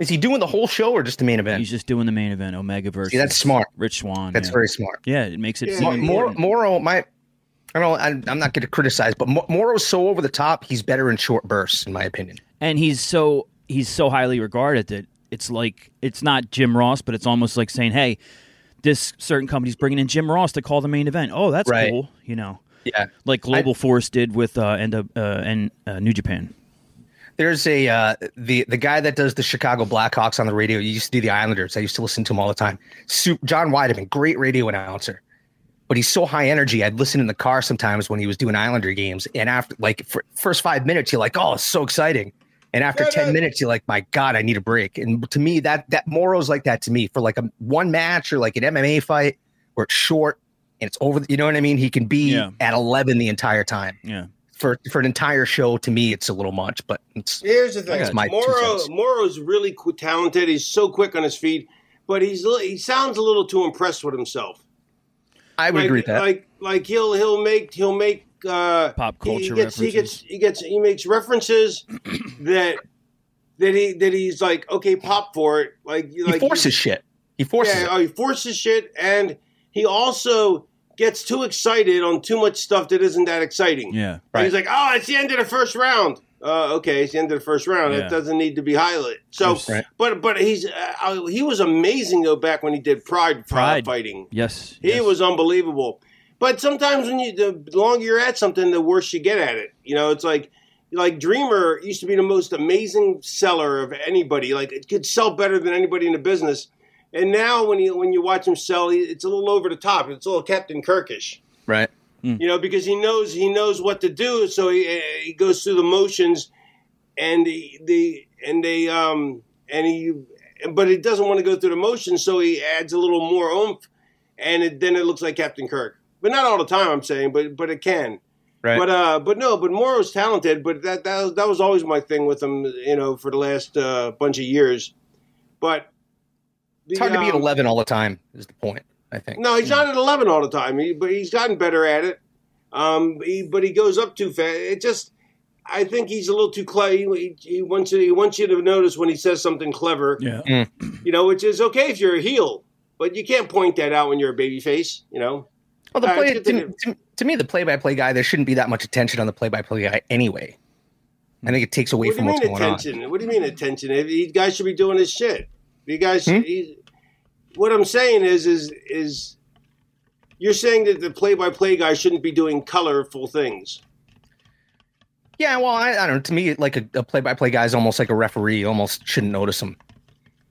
Speaker 6: Is he doing the whole show or just the main event?
Speaker 7: He's just doing the main event, Omega versus.
Speaker 6: that's smart.
Speaker 7: Rich Swan.
Speaker 6: That's
Speaker 7: yeah.
Speaker 6: very smart.
Speaker 7: Yeah, it makes it
Speaker 5: Yeah.
Speaker 7: seem
Speaker 6: Mor- Mor-
Speaker 7: important.
Speaker 6: Moro, my, I don't. I, I'm not going to criticize, but Mo- Moro's so over the top. He's better in short bursts, in my opinion.
Speaker 7: and he's so he's so highly regarded that it's like it's not Jim Ross, but it's almost like saying, "Hey, this certain company's bringing in Jim Ross to call the main event." Oh, that's
Speaker 6: Right.
Speaker 7: cool, you know,
Speaker 6: Yeah.
Speaker 7: like Global Force did with uh, and uh, uh, and uh, New Japan.
Speaker 6: There's a uh, the the guy that does the Chicago Blackhawks on the radio. He used to do the Islanders. I used to listen to him all the time. Sup- John Weideman, great radio announcer, but he's so high energy. I'd listen in the car sometimes when he was doing Islander games, and after like for first five minutes, you're like, oh, it's so exciting, and after
Speaker 5: Yeah,
Speaker 6: ten
Speaker 5: that-
Speaker 6: minutes, you're like, my god, I need a break. And to me, that that Moro's like that to me for like a one match or like an MMA fight where it's short and it's over. You know what I mean? He can be
Speaker 7: Yeah.
Speaker 6: at eleven the entire time.
Speaker 7: Yeah,
Speaker 6: For, for an entire show, to me, it's a little much, but it's
Speaker 5: Here's the thing:
Speaker 6: That's my two
Speaker 5: Moro,
Speaker 6: cents.
Speaker 5: Moro's really qu- talented. He's so quick on his feet, but he's li- he sounds a little too impressed with himself.
Speaker 6: I would
Speaker 5: like,
Speaker 6: agree with that.
Speaker 5: Like, like he'll he'll make he'll make uh,
Speaker 7: Pop
Speaker 5: he-
Speaker 7: culture
Speaker 5: He gets, he gets he gets he makes references that that he that he's like okay, pop for it. Like
Speaker 6: he
Speaker 5: like
Speaker 6: forces shit. He forces
Speaker 5: yeah,
Speaker 6: it.
Speaker 5: oh, he forces shit, and he also gets too excited on too much stuff that isn't that exciting.
Speaker 7: yeah,
Speaker 5: And He's like, oh, it's the end of the first round. Uh, okay, it's the end of the first round.
Speaker 7: Yeah.
Speaker 5: It doesn't need to be highlighted. So,
Speaker 7: Right.
Speaker 5: but but he's uh, uh, he was amazing though back when he did Pride, Pride.
Speaker 7: Pride.
Speaker 5: fighting.
Speaker 7: yes,
Speaker 5: He
Speaker 7: yes.
Speaker 5: was unbelievable. But sometimes when you the longer you're at something, the worse you get at it. You know, it's like like Dreamer used to be the most amazing seller of anybody. Like it could sell better than anybody in the business. And now when you when you watch him sell, he, it's a little over the top. It's a little Captain Kirkish.
Speaker 6: Right.
Speaker 5: You know, because he knows he knows what to do, so he, eh, he goes through the motions, and the, the and they um and he, but he doesn't want to go through the motions, so he adds a little more oomph, and it, then it looks like Captain Kirk. But not all the time, I'm saying, but but it can.
Speaker 6: Right.
Speaker 5: But uh, but no, but Morrow's talented. But that that was, that was always my thing with him, you know, for the last uh, bunch of years. But um,
Speaker 6: It's hard to be at 11 all the time, is the point, I think.
Speaker 5: no, he's not at eleven all the time. He, but he's gotten better at it. Um, he, but he goes up too fast. It just, I think he's a little too clever. He, he wants you, he wants you to notice when he says something clever.
Speaker 7: Yeah.
Speaker 6: Mm.
Speaker 5: You know, which is okay if you're a heel, but you can't point that out when you're a babyface. You know.
Speaker 6: Well, the
Speaker 5: All
Speaker 6: play,
Speaker 5: right, let's get
Speaker 6: to, to, to me, the play by play guy, there shouldn't be that much attention on the play by play guy anyway. I think it takes away
Speaker 5: What do
Speaker 6: from
Speaker 5: you
Speaker 6: what's
Speaker 5: mean
Speaker 6: going
Speaker 5: attention? What do you mean attention? You guys should be doing this shit. You guys,
Speaker 6: Hmm?
Speaker 5: he- what I'm saying is, is, is, you're saying that the play-by-play guy shouldn't be doing colorful things.
Speaker 6: on. Yeah, well, I, I don't know. To me, like a play by play guy is almost like a referee. You almost shouldn't notice him.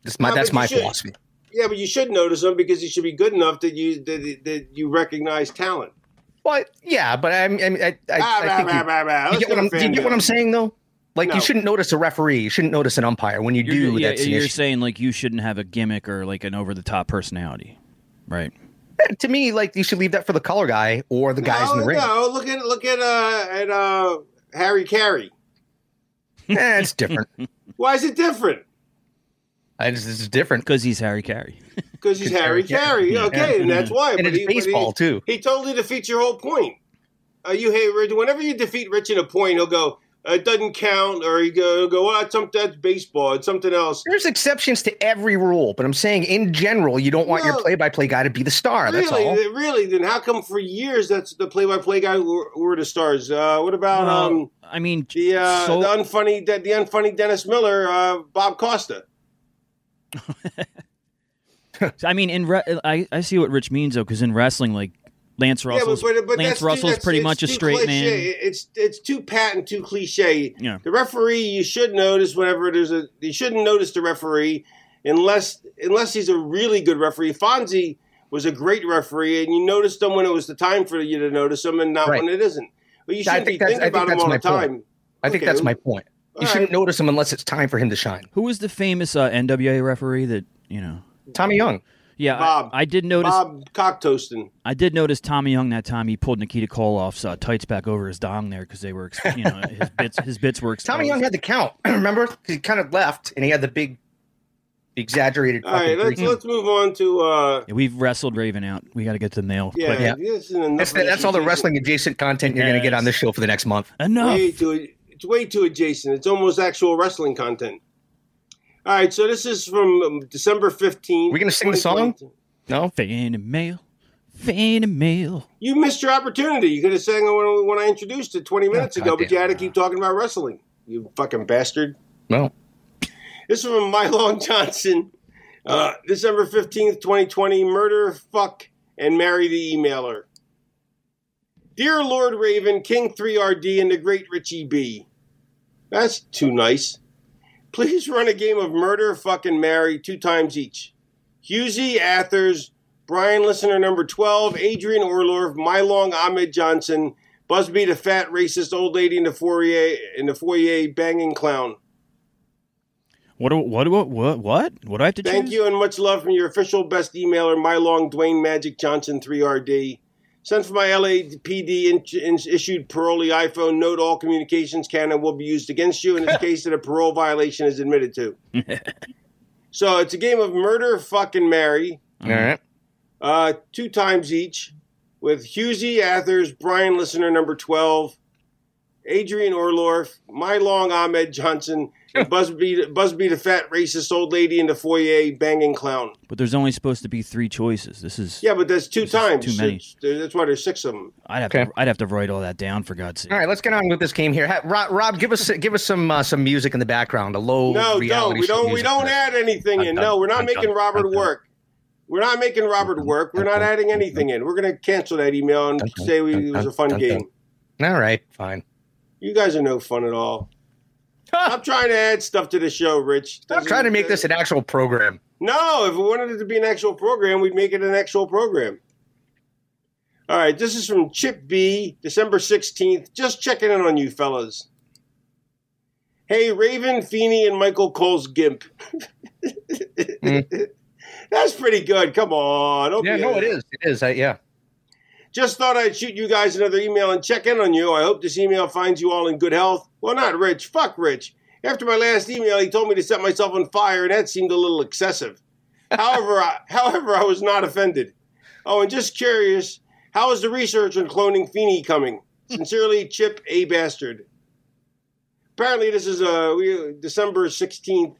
Speaker 6: That's my,
Speaker 5: No,
Speaker 6: that's
Speaker 5: but you
Speaker 6: my
Speaker 5: should.
Speaker 6: philosophy.
Speaker 5: Yeah, but you should notice him because he should be good enough that you that, that you recognize talent.
Speaker 6: Well, yeah, but I, I, mean, I, I,
Speaker 5: Ah,
Speaker 6: I
Speaker 5: bah,
Speaker 6: think.
Speaker 5: bah,
Speaker 6: you-
Speaker 5: bah, bah.
Speaker 6: You
Speaker 5: Let's
Speaker 6: get what
Speaker 5: go
Speaker 6: I'm-
Speaker 5: to
Speaker 6: do you get what
Speaker 5: Fandango.
Speaker 6: I'm saying, though? Like,
Speaker 5: No.
Speaker 6: you shouldn't notice a referee. You shouldn't notice an umpire. When you
Speaker 7: You're,
Speaker 6: do,
Speaker 7: yeah,
Speaker 6: that's an
Speaker 7: you're
Speaker 6: issue.
Speaker 7: saying like you shouldn't have a gimmick or like an over the top personality, right?
Speaker 6: Eh, to me, like you should leave that for the color guy or the guys in the
Speaker 5: no,
Speaker 6: ring.
Speaker 5: No, look at look at uh at uh Harry Carey.
Speaker 6: Eh, it's different.
Speaker 5: Why is it different?
Speaker 6: I just, it's different.
Speaker 7: Because he's Harry Carey.
Speaker 5: Because he's Harry Carey. Okay, and that's why.
Speaker 6: And
Speaker 5: but
Speaker 6: it's
Speaker 5: he- but he-
Speaker 6: baseball too.
Speaker 5: He totally defeats your whole point. Uh, you hate Rich. Whenever you defeat Rich in a point, he'll go, it doesn't count, or he go, go well, that's, some, that's baseball, it's something else.
Speaker 6: There's exceptions to every rule, but I'm saying in general, you don't want
Speaker 5: No.
Speaker 6: your play-by-play guy to be the star. That's
Speaker 5: really,
Speaker 6: all.
Speaker 5: th- really, then how come for years that's the play-by-play guy were, were the stars? Uh, what about um,
Speaker 7: I mean,
Speaker 5: the, uh,
Speaker 7: so-
Speaker 5: the unfunny, the, the unfunny Dennis Miller, uh, Bob Costa?
Speaker 7: I mean, in re- I, I see what Rich means though, because in wrestling, like Lance Russell's Lance
Speaker 5: too-
Speaker 7: Russell's pretty
Speaker 5: it's
Speaker 7: much a
Speaker 5: too
Speaker 7: straight
Speaker 5: cliche.
Speaker 7: man.
Speaker 5: It- It's it's too patent, too cliche.
Speaker 7: Yeah.
Speaker 5: The referee you should notice whenever there's a you shouldn't notice the referee unless unless he's a really good referee. Fonzie was a great referee, and you noticed him when it was the time for you to notice him, and not
Speaker 6: Right.
Speaker 5: when it isn't. But you
Speaker 6: Yeah, I
Speaker 5: shouldn't be
Speaker 6: think that's-
Speaker 5: thinking
Speaker 6: I think
Speaker 5: about him
Speaker 6: that's
Speaker 5: all
Speaker 6: my
Speaker 5: the time.
Speaker 6: point. I think
Speaker 5: Okay,
Speaker 6: that's my point.
Speaker 5: all
Speaker 6: You shouldn't notice him unless it's time for him to shine.
Speaker 7: Who was the famous uh, NWA referee that you know?
Speaker 6: Tommy Young.
Speaker 7: Yeah, I-
Speaker 5: Bob.
Speaker 7: I, did notice.
Speaker 5: Bob Cocktoasting.
Speaker 7: I did notice Tommy Young that time. He pulled Nikita Koloff's uh, tights back over his dong there because they were, ex- you know, his bits. His bits were.
Speaker 5: Oh.
Speaker 7: Exposed.
Speaker 6: Tommy Young had the count. Remember, he kind of left, and he had the big, exaggerated.
Speaker 5: All right,
Speaker 6: fucking
Speaker 5: let's
Speaker 6: three-
Speaker 5: let's move on to uh,
Speaker 7: Yeah, We've wrestled Raven out. We got to get to the mail.
Speaker 5: yeah.
Speaker 6: Yeah.
Speaker 5: this is enough
Speaker 6: That's,
Speaker 5: of this
Speaker 6: that's all the
Speaker 5: conversation.
Speaker 6: wrestling adjacent content you're going to get on this show for the next month.
Speaker 7: Enough.
Speaker 5: Way too, it's way too adjacent. It's almost actual wrestling content. All right, so this is from um, December 15th.
Speaker 6: We gonna sing the song?
Speaker 5: 2022.
Speaker 6: No,
Speaker 7: Fan and mail. Fan and mail.
Speaker 5: You missed your opportunity. You could have sang it when, when I introduced it 20
Speaker 6: Oh,
Speaker 5: minutes ago, but you had to keep talking about wrestling. You fucking bastard.
Speaker 6: no.
Speaker 5: This is from My Long Johnson, uh, December 15th, 2020. Murder, fuck, and marry the emailer. Dear Lord Raven, King 3RD, and the great Richie B. That's too nice. Please run a game of murder, fuck, and marry two times each. Husey, Athers, Brian, listener number 12, Adrian Orlov, My Long Ahmed Johnson, Busby, the fat, racist old lady in the foyer, in the foyer banging clown.
Speaker 7: What? do- What? What? What? What? What do I have to choose?
Speaker 5: Thank you and much love from your official best emailer, my long Dwayne Magic Johnson 3RD. Sent for my LAPD in, in, issued parolee iPhone. Note all communications can and will be used against you in the case that a parole violation is admitted to. so it's a game of murder, fuck, and marry,
Speaker 6: All right.
Speaker 5: uh, two times each, with Husey Athers, Brian Listener number 12, Adrian Orlorf, my long Ahmed Johnson, and Busby, Busby the fat racist old lady in the foyer banging clown.
Speaker 7: But there's only supposed to be three choices. This is.
Speaker 5: Yeah, but that's two
Speaker 7: This is
Speaker 5: times.
Speaker 7: too many.
Speaker 5: That's- That's why there's six of them.
Speaker 7: I'd have
Speaker 6: Okay.
Speaker 7: to. I'd have to write all that down for God's sake.
Speaker 6: All right. Let's get on with this game here. Ha- Rob, Rob, give us give us some uh, some music in the background. A low.
Speaker 5: No, no,
Speaker 6: reality
Speaker 5: we
Speaker 6: show
Speaker 5: don't. We
Speaker 6: music.
Speaker 5: don't add anything
Speaker 6: I'm
Speaker 5: in.
Speaker 6: done.
Speaker 5: No, we're not
Speaker 6: I'm
Speaker 5: making
Speaker 6: done.
Speaker 5: Robert
Speaker 6: I'm done.
Speaker 5: work. We're not making Robert work. We're not adding anything in. We're gonna cancel that email and
Speaker 6: dun,
Speaker 5: say we,
Speaker 6: dun,
Speaker 5: it was a
Speaker 6: dun,
Speaker 5: fun
Speaker 6: dun,
Speaker 5: game.
Speaker 6: All right. Fine.
Speaker 5: You guys are no fun at all. Stop trying to add stuff to the show, Rich.
Speaker 6: I'm
Speaker 5: Doesn't-
Speaker 6: trying to make this an actual program.
Speaker 5: No, if we wanted it to be an actual program, we'd make it an actual program. All right, this is from Chip B, December 16th. Just checking in on you fellas. Hey, Raven, Feeney, and Michael Cole's Gimp. That's pretty good. Come on. don't
Speaker 6: Mm. Yeah.
Speaker 5: be-
Speaker 6: No, it is. It is. I, yeah.
Speaker 5: Just thought I'd shoot you guys another email and check in on you. I hope this email finds you all in good health. Well, not Rich. Fuck Rich. After my last email, he told me to set myself on fire, and that seemed a little excessive. However, I, however, I was not offended. Oh, and just curious, how is the research on cloning Feeney coming? Sincerely, Chip A. Bastard. Apparently, this is uh, we, December 16th.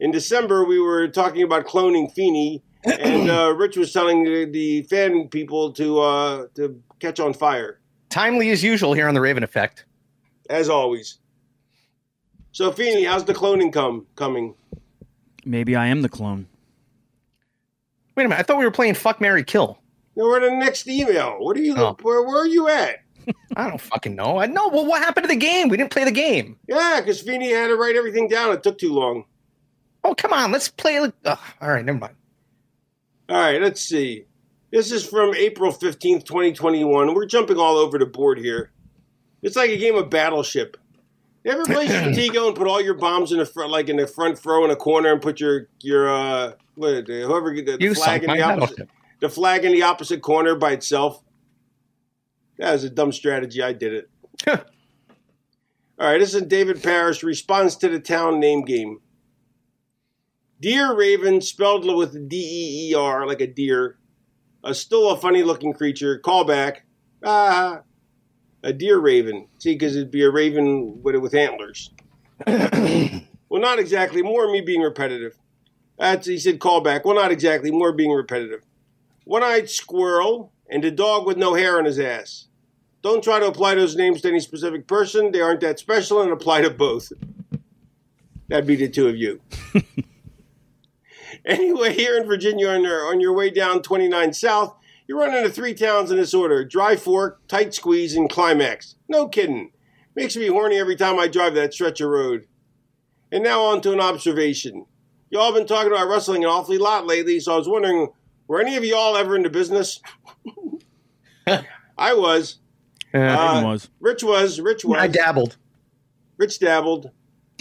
Speaker 5: In December, we were talking about cloning Feeney, and uh, Rich was telling the, the fan people to uh, to catch on fire,
Speaker 6: Timely as usual here on the Raven Effect.
Speaker 5: as always. So, Feeney, how's the cloning come coming?
Speaker 7: Maybe I am the clone.
Speaker 6: Wait a minute. I thought we were playing Fuck Mary Kill.
Speaker 5: Now we're in the next email. What are you?
Speaker 6: Oh.
Speaker 5: Where, where are you at?
Speaker 6: I don't fucking know. I know. Well, what happened to the game? We didn't play the game.
Speaker 5: Yeah, because Feeney had to write everything down. It took too long.
Speaker 6: Oh, come on. Let's play. Ugh, all right. Never mind.
Speaker 5: All right, let's see. This is from April 15th, 2021. We're jumping all over the board here. It's like a game of battleship. You ever play Stratego and put all your bombs in the front, like in the front row in a corner, and put your your uh, what, whoever the, the
Speaker 6: You
Speaker 5: flag
Speaker 6: sunk
Speaker 5: in
Speaker 6: my
Speaker 5: the opposite
Speaker 6: battleship.
Speaker 5: the flag in the opposite corner by itself. That was a dumb strategy. I did it.
Speaker 6: Uh,
Speaker 5: All right, this is David Parrish response to the town name game. Deer Raven, spelled with D E E R, like a deer, a still a funny looking creature. Callback. Ah, a deer raven. See, because it'd be a raven with with antlers. well, not exactly. More me being repetitive. That's he said callback. Well, not exactly. More being repetitive. One-eyed squirrel and a dog with no hair on his ass. Don't try to apply those names to any specific person. They aren't that special, and apply to both. That'd be the two of you. anyway, here in Virginia, on your, on your way down 29 South, you run into three towns in this order Dry Fork, Tight Squeeze, and Climax. No kidding. Makes me horny every time I drive that stretch of road. And now on to an observation. Y'all been talking about wrestling an awfully lot lately, so I was wondering were any of y'all ever into business? I was.
Speaker 7: Raven
Speaker 5: Uh,
Speaker 7: was.
Speaker 5: Rich was. Rich was.
Speaker 6: I dabbled.
Speaker 5: Rich dabbled.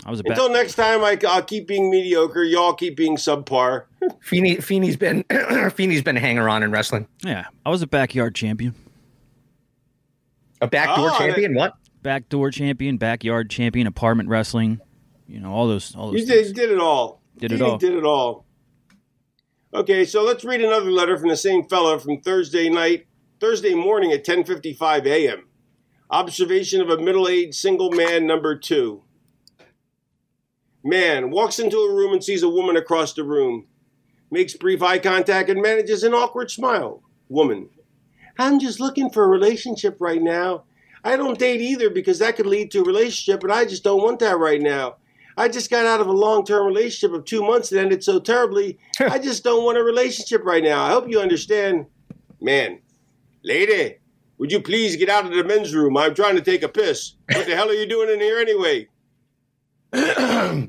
Speaker 7: I was a bad.
Speaker 5: Until next time, I, will keep being mediocre. Y'all keep being subpar.
Speaker 6: Feeney, Feeney's been Feeney's been a hanger on in wrestling.
Speaker 7: Yeah, I was a backyard champion,
Speaker 6: A backdoor
Speaker 5: Oh,
Speaker 6: champion. What?
Speaker 7: backdoor champion, backyard champion, apartment wrestling. You know all those. All those.
Speaker 5: You
Speaker 7: things.
Speaker 5: did, did it all.
Speaker 7: Did it
Speaker 5: Didi
Speaker 7: all.
Speaker 5: Did it all. Okay, so let's read another letter from the same fella from Thursday night, Thursday morning at 10:55 a.m. Observation of a middle-aged single man number 2. Man walks into a room and sees a woman across the room. Makes brief eye contact and manages an awkward smile. Woman. I'm just looking for a relationship right now. I don't date either because that could lead to a relationship, and I just don't want that right now. I just got out of a long term relationship of two months that ended so terribly. I just don't want a relationship right now. I hope you understand. Man, lady, would you please get out of the men's room? I'm trying to take a piss. What the hell are you doing in here anyway?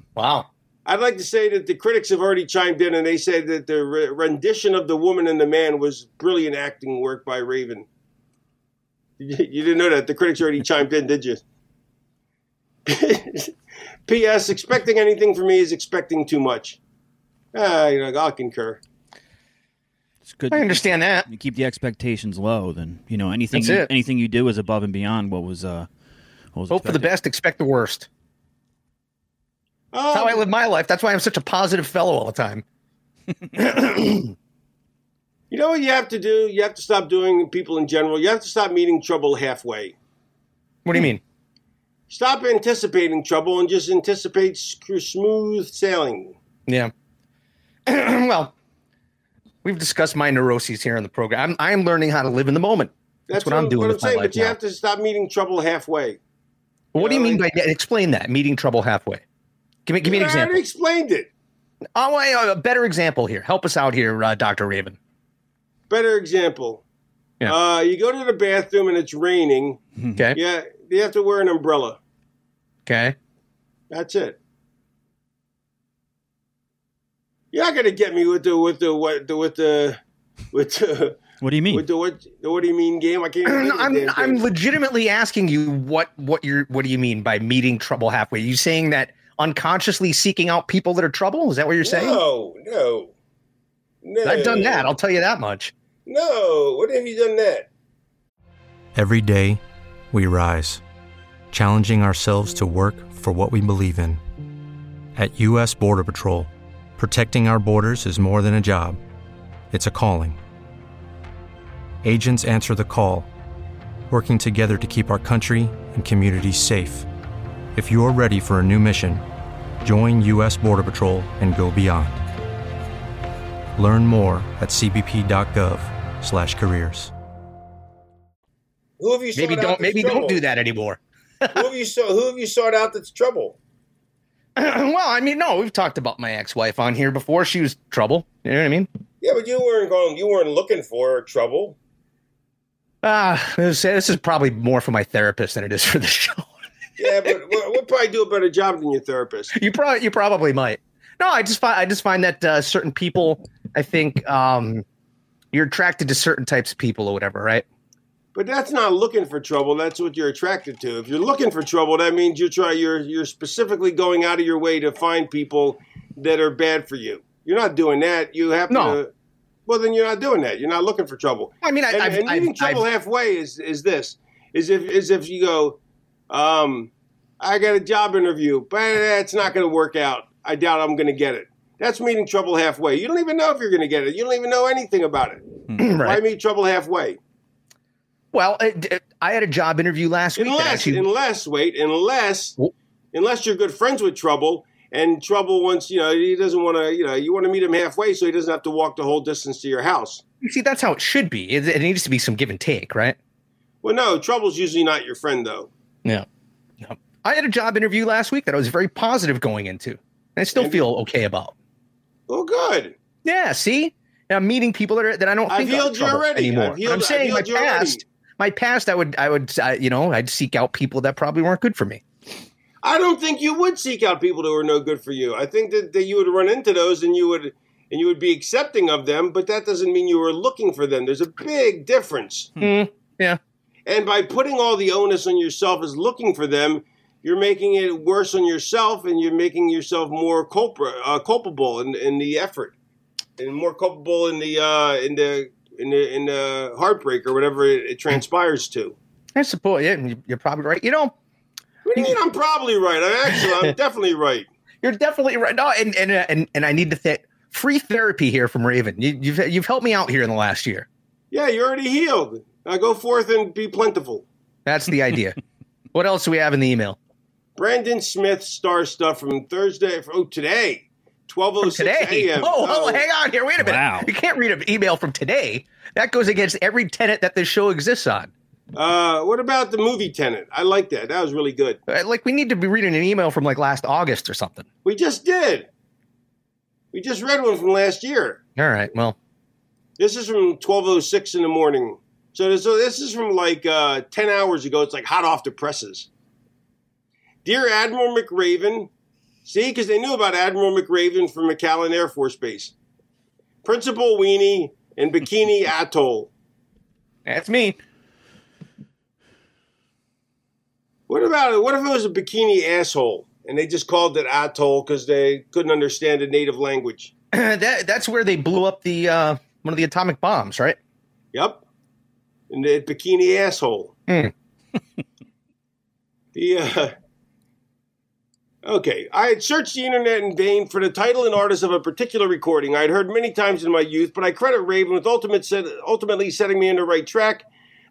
Speaker 6: Wow.
Speaker 5: I'd like to say that the critics have already chimed in and they said that the re- rendition of The Woman and the Man was brilliant acting work by Raven. You you didn't know that. The critics already chimed in, did you? P.S. Expecting anything from me is expecting too much. Ah, you know, I'll concur.
Speaker 7: It's good.
Speaker 6: I understand that.
Speaker 7: You keep the expectations low, then you know anything.
Speaker 6: That's
Speaker 7: You,
Speaker 6: it.
Speaker 7: anything you do is above and beyond what was. uh what was
Speaker 6: Hope for the
Speaker 7: expected.
Speaker 6: best, expect the worst.
Speaker 5: Oh,
Speaker 6: That's how I live my life. That's why I'm such a positive fellow all the time.
Speaker 5: You know what you have to do? You have to stop doing people in general. You have to stop meeting trouble halfway.
Speaker 6: What do you mean?
Speaker 5: Stop anticipating trouble and just anticipate sc- smooth sailing.
Speaker 6: Yeah. well, we've discussed my neuroses here on the program. I'm, I'm learning how to live in the moment. That's, what, I'm doing with my
Speaker 5: saying,
Speaker 6: life
Speaker 5: But you
Speaker 6: now.
Speaker 5: have to stop meeting trouble halfway.
Speaker 6: But what do you
Speaker 5: know,
Speaker 6: mean by
Speaker 5: like-
Speaker 6: that? Explain that. Meeting trouble halfway. Give me, give me an
Speaker 5: I already
Speaker 6: example.
Speaker 5: explained it.
Speaker 6: Oh, I- a better example here. Help us out here, uh, Doctor Raven.
Speaker 5: Better example.
Speaker 6: Yeah.
Speaker 5: Uh, you go to the bathroom and it's raining.
Speaker 6: Okay.
Speaker 5: Yeah, you have to wear an umbrella.
Speaker 6: Okay.
Speaker 5: That's it. You're not gonna get me with the with the what the with the with the
Speaker 7: What do you mean?
Speaker 5: with the what the what do you mean game? I can't. Even
Speaker 6: No,
Speaker 5: think of the
Speaker 6: I'm
Speaker 5: damn
Speaker 6: I'm
Speaker 5: thing.
Speaker 6: legitimately asking you what what you're what do you mean by meeting trouble halfway? you saying that unconsciously seeking out people that are trouble? Is that what you're saying?
Speaker 5: No, no, no.
Speaker 6: I've done that. I'll tell you that much.
Speaker 5: No, what have you done that?
Speaker 4: Every day, we rise, challenging ourselves to work for what we believe in. At U.S. Border Patrol, protecting our borders is more than a job, it's a calling. Agents answer the call, working together to keep our country and communities safe. If you are ready for a new mission, join U.S. Border Patrol and go beyond. Learn more at cbp.gov/careers.
Speaker 5: Who have you?
Speaker 6: Maybe
Speaker 5: sought out
Speaker 6: don't
Speaker 5: that's
Speaker 6: maybe don't
Speaker 5: trouble?
Speaker 6: do that anymore.
Speaker 5: who have you sought? Who have you sought out that's trouble?
Speaker 6: well, I mean, no, we've talked about my ex-wife on here before. She was trouble. You know what I mean?
Speaker 5: Yeah, but you weren't going. You weren't looking for trouble.
Speaker 6: Ah, this, this is probably more for my therapist than it is for the show.
Speaker 5: Yeah, but we'll, we'll probably do a better job than your therapist.
Speaker 6: you probably you probably might. No, I just find I just find that uh, certain people, I think, um, you're attracted to certain types of people or whatever, right?
Speaker 5: But that's not looking for trouble. That's what you're attracted to. If you're looking for trouble, that means you try. You're you're specifically going out of your way to find people that are bad for you. You're not doing that. You have
Speaker 6: No.
Speaker 5: to. Well, then you're not doing that. You're not looking for trouble.
Speaker 6: I mean, I,
Speaker 5: and,
Speaker 6: I've,
Speaker 5: and
Speaker 6: I've,
Speaker 5: meeting trouble
Speaker 6: I've-
Speaker 5: halfway is is this is if is if you go, um, I got a job interview, but that's not going to work out. I doubt I'm going to get it. That's meeting trouble halfway. You don't even know if you're going to get it. You don't even know anything about it.
Speaker 6: right.
Speaker 5: Why meet trouble halfway?
Speaker 6: Well, it, it- I had a job interview last week. that
Speaker 5: Unless,
Speaker 6: actually-
Speaker 5: unless, wait, unless,
Speaker 6: Wh-
Speaker 5: unless you're good friends with Trouble, and Trouble wants, you know, he doesn't want to, you know, you want to meet him halfway so he doesn't have to walk the whole distance to your house.
Speaker 6: you see, that's how it should be. It, it needs to be some give and take, right?
Speaker 5: Well, no, Trouble's usually not your friend though.
Speaker 6: Yeah. No. I had a job interview last week that I was very positive going into. And I still
Speaker 5: Maybe-
Speaker 6: feel okay about.
Speaker 5: Well, good.
Speaker 6: Yeah, see? And I'm meeting people that, are, that I don't
Speaker 5: I've
Speaker 6: think are
Speaker 5: healed you
Speaker 6: trouble
Speaker 5: already.
Speaker 6: anymore.
Speaker 5: I've healed-
Speaker 6: I'm
Speaker 5: I've
Speaker 6: saying my
Speaker 5: healed you already.
Speaker 6: past, my past, I would, I would, uh, you know, I'd seek out people that probably weren't good for me.
Speaker 5: I don't think you would seek out people who are no good for you. I think that, that you would run into those and you would and you would be accepting of them, but that doesn't mean you were looking for them. There's a big difference.
Speaker 6: Hmm. yeah.
Speaker 5: And by putting all the onus on yourself as looking for them, you're making it worse on yourself and you're making yourself more culpri- uh, culpable in, in the effort and more culpable in the uh, in the in the in the heartbreak or whatever it, it transpires to.
Speaker 6: I suppose. Yeah, you- you're probably right. You know,
Speaker 5: What do you mean? I'm probably right. I'm actually, I'm definitely right.
Speaker 6: you're definitely right. No, and and uh, and, and I need to th- free therapy here from Raven. You, you've you've helped me out here in the last year.
Speaker 5: Yeah, you're already healed. Now go forth and be plentiful.
Speaker 6: That's the idea. what else do we have in the email?
Speaker 5: Brandon Smith star stuff from Thursday. Oh, today, twelve oh
Speaker 6: From
Speaker 5: six
Speaker 6: today.
Speaker 5: a.m.
Speaker 6: Oh, oh, hang on here. Wait a minute.
Speaker 7: Wow.
Speaker 6: You can't read an email from today. That goes against every tenet that this show exists on.
Speaker 5: Uh, what about the movie Tenant? I like that. That was really good.
Speaker 6: Uh, Like we need to be reading an email from like last August or something.
Speaker 5: We just did. We just read one from last year.
Speaker 6: All right. Well,
Speaker 5: This is from twelve oh six in the morning. So this, so this is from like uh, ten hours ago. It's like hot off the presses. Dear Admiral McRaven, see, because they knew about Admiral McRaven from McAllen Air Force Base, Principal Weenie and Bikini Atoll.
Speaker 6: that's me.
Speaker 5: What about it? What if it was a bikini asshole and they just called it Atoll because they couldn't understand the native language?
Speaker 6: that that's where they blew up the uh, one of the atomic bombs, right?
Speaker 5: Yep. And the bikini asshole.
Speaker 6: Hmm.
Speaker 5: the uh, okay, I had searched the internet in vain for the title and artist of a particular recording I had heard many times in my youth, but I credit Raven with ultimate set, ultimately setting me on the right track.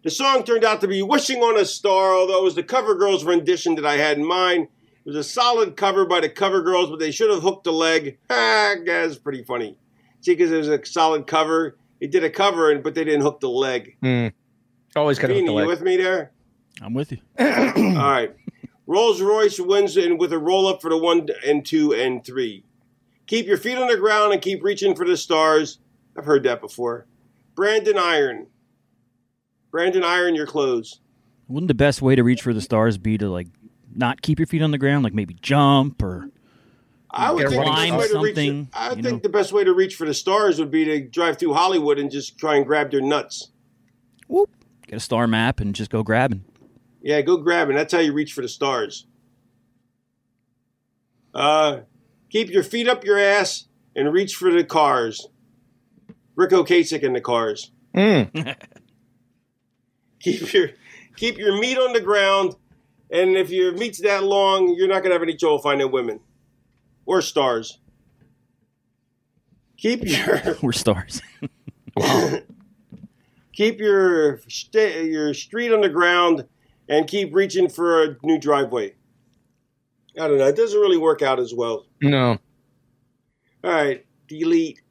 Speaker 5: The song turned out to be "Wishing on a Star," although it was the cover girls' rendition that I had in mind. It was a solid cover by the cover girls, but they should have hooked a leg. Ah, that's pretty funny. See, because it was a solid cover. They did a cover, and but they didn't hook the leg.
Speaker 6: Always kind of
Speaker 5: Beanie, you
Speaker 6: delay.
Speaker 5: with me there?
Speaker 7: I'm with you.
Speaker 5: All right. Rolls Royce wins in with a roll up for the one and two and three. Keep your feet on the ground and keep reaching for the stars. I've heard that before. Brandon Iron. Brandon Iron, your clothes.
Speaker 7: Wouldn't the best way to reach for the stars be to like not keep your feet on the ground, like maybe jump or
Speaker 5: I would
Speaker 6: Get a
Speaker 5: think the
Speaker 6: running
Speaker 5: best way to
Speaker 7: start.
Speaker 5: reach.
Speaker 7: Something,
Speaker 5: I
Speaker 7: you
Speaker 5: think
Speaker 7: know.
Speaker 5: the best way to reach for the stars would be to drive through Hollywood and just try and grab their nuts.
Speaker 7: whoop, get a star map and just go grabbing.
Speaker 5: Yeah, go grab it. That's how you reach for the stars. Uh, keep your feet up your ass and reach for the cars. Rick Ocasek in the cars.
Speaker 6: Mm.
Speaker 5: Keep your keep your meat on the ground, and if your meat's that long, you're not gonna have any trouble finding women or stars. Keep your
Speaker 7: We're stars.
Speaker 5: keep your sta your street on the ground and keep reaching for a new driveway. I don't know. It doesn't really work out as well.
Speaker 6: No.
Speaker 5: All right, delete.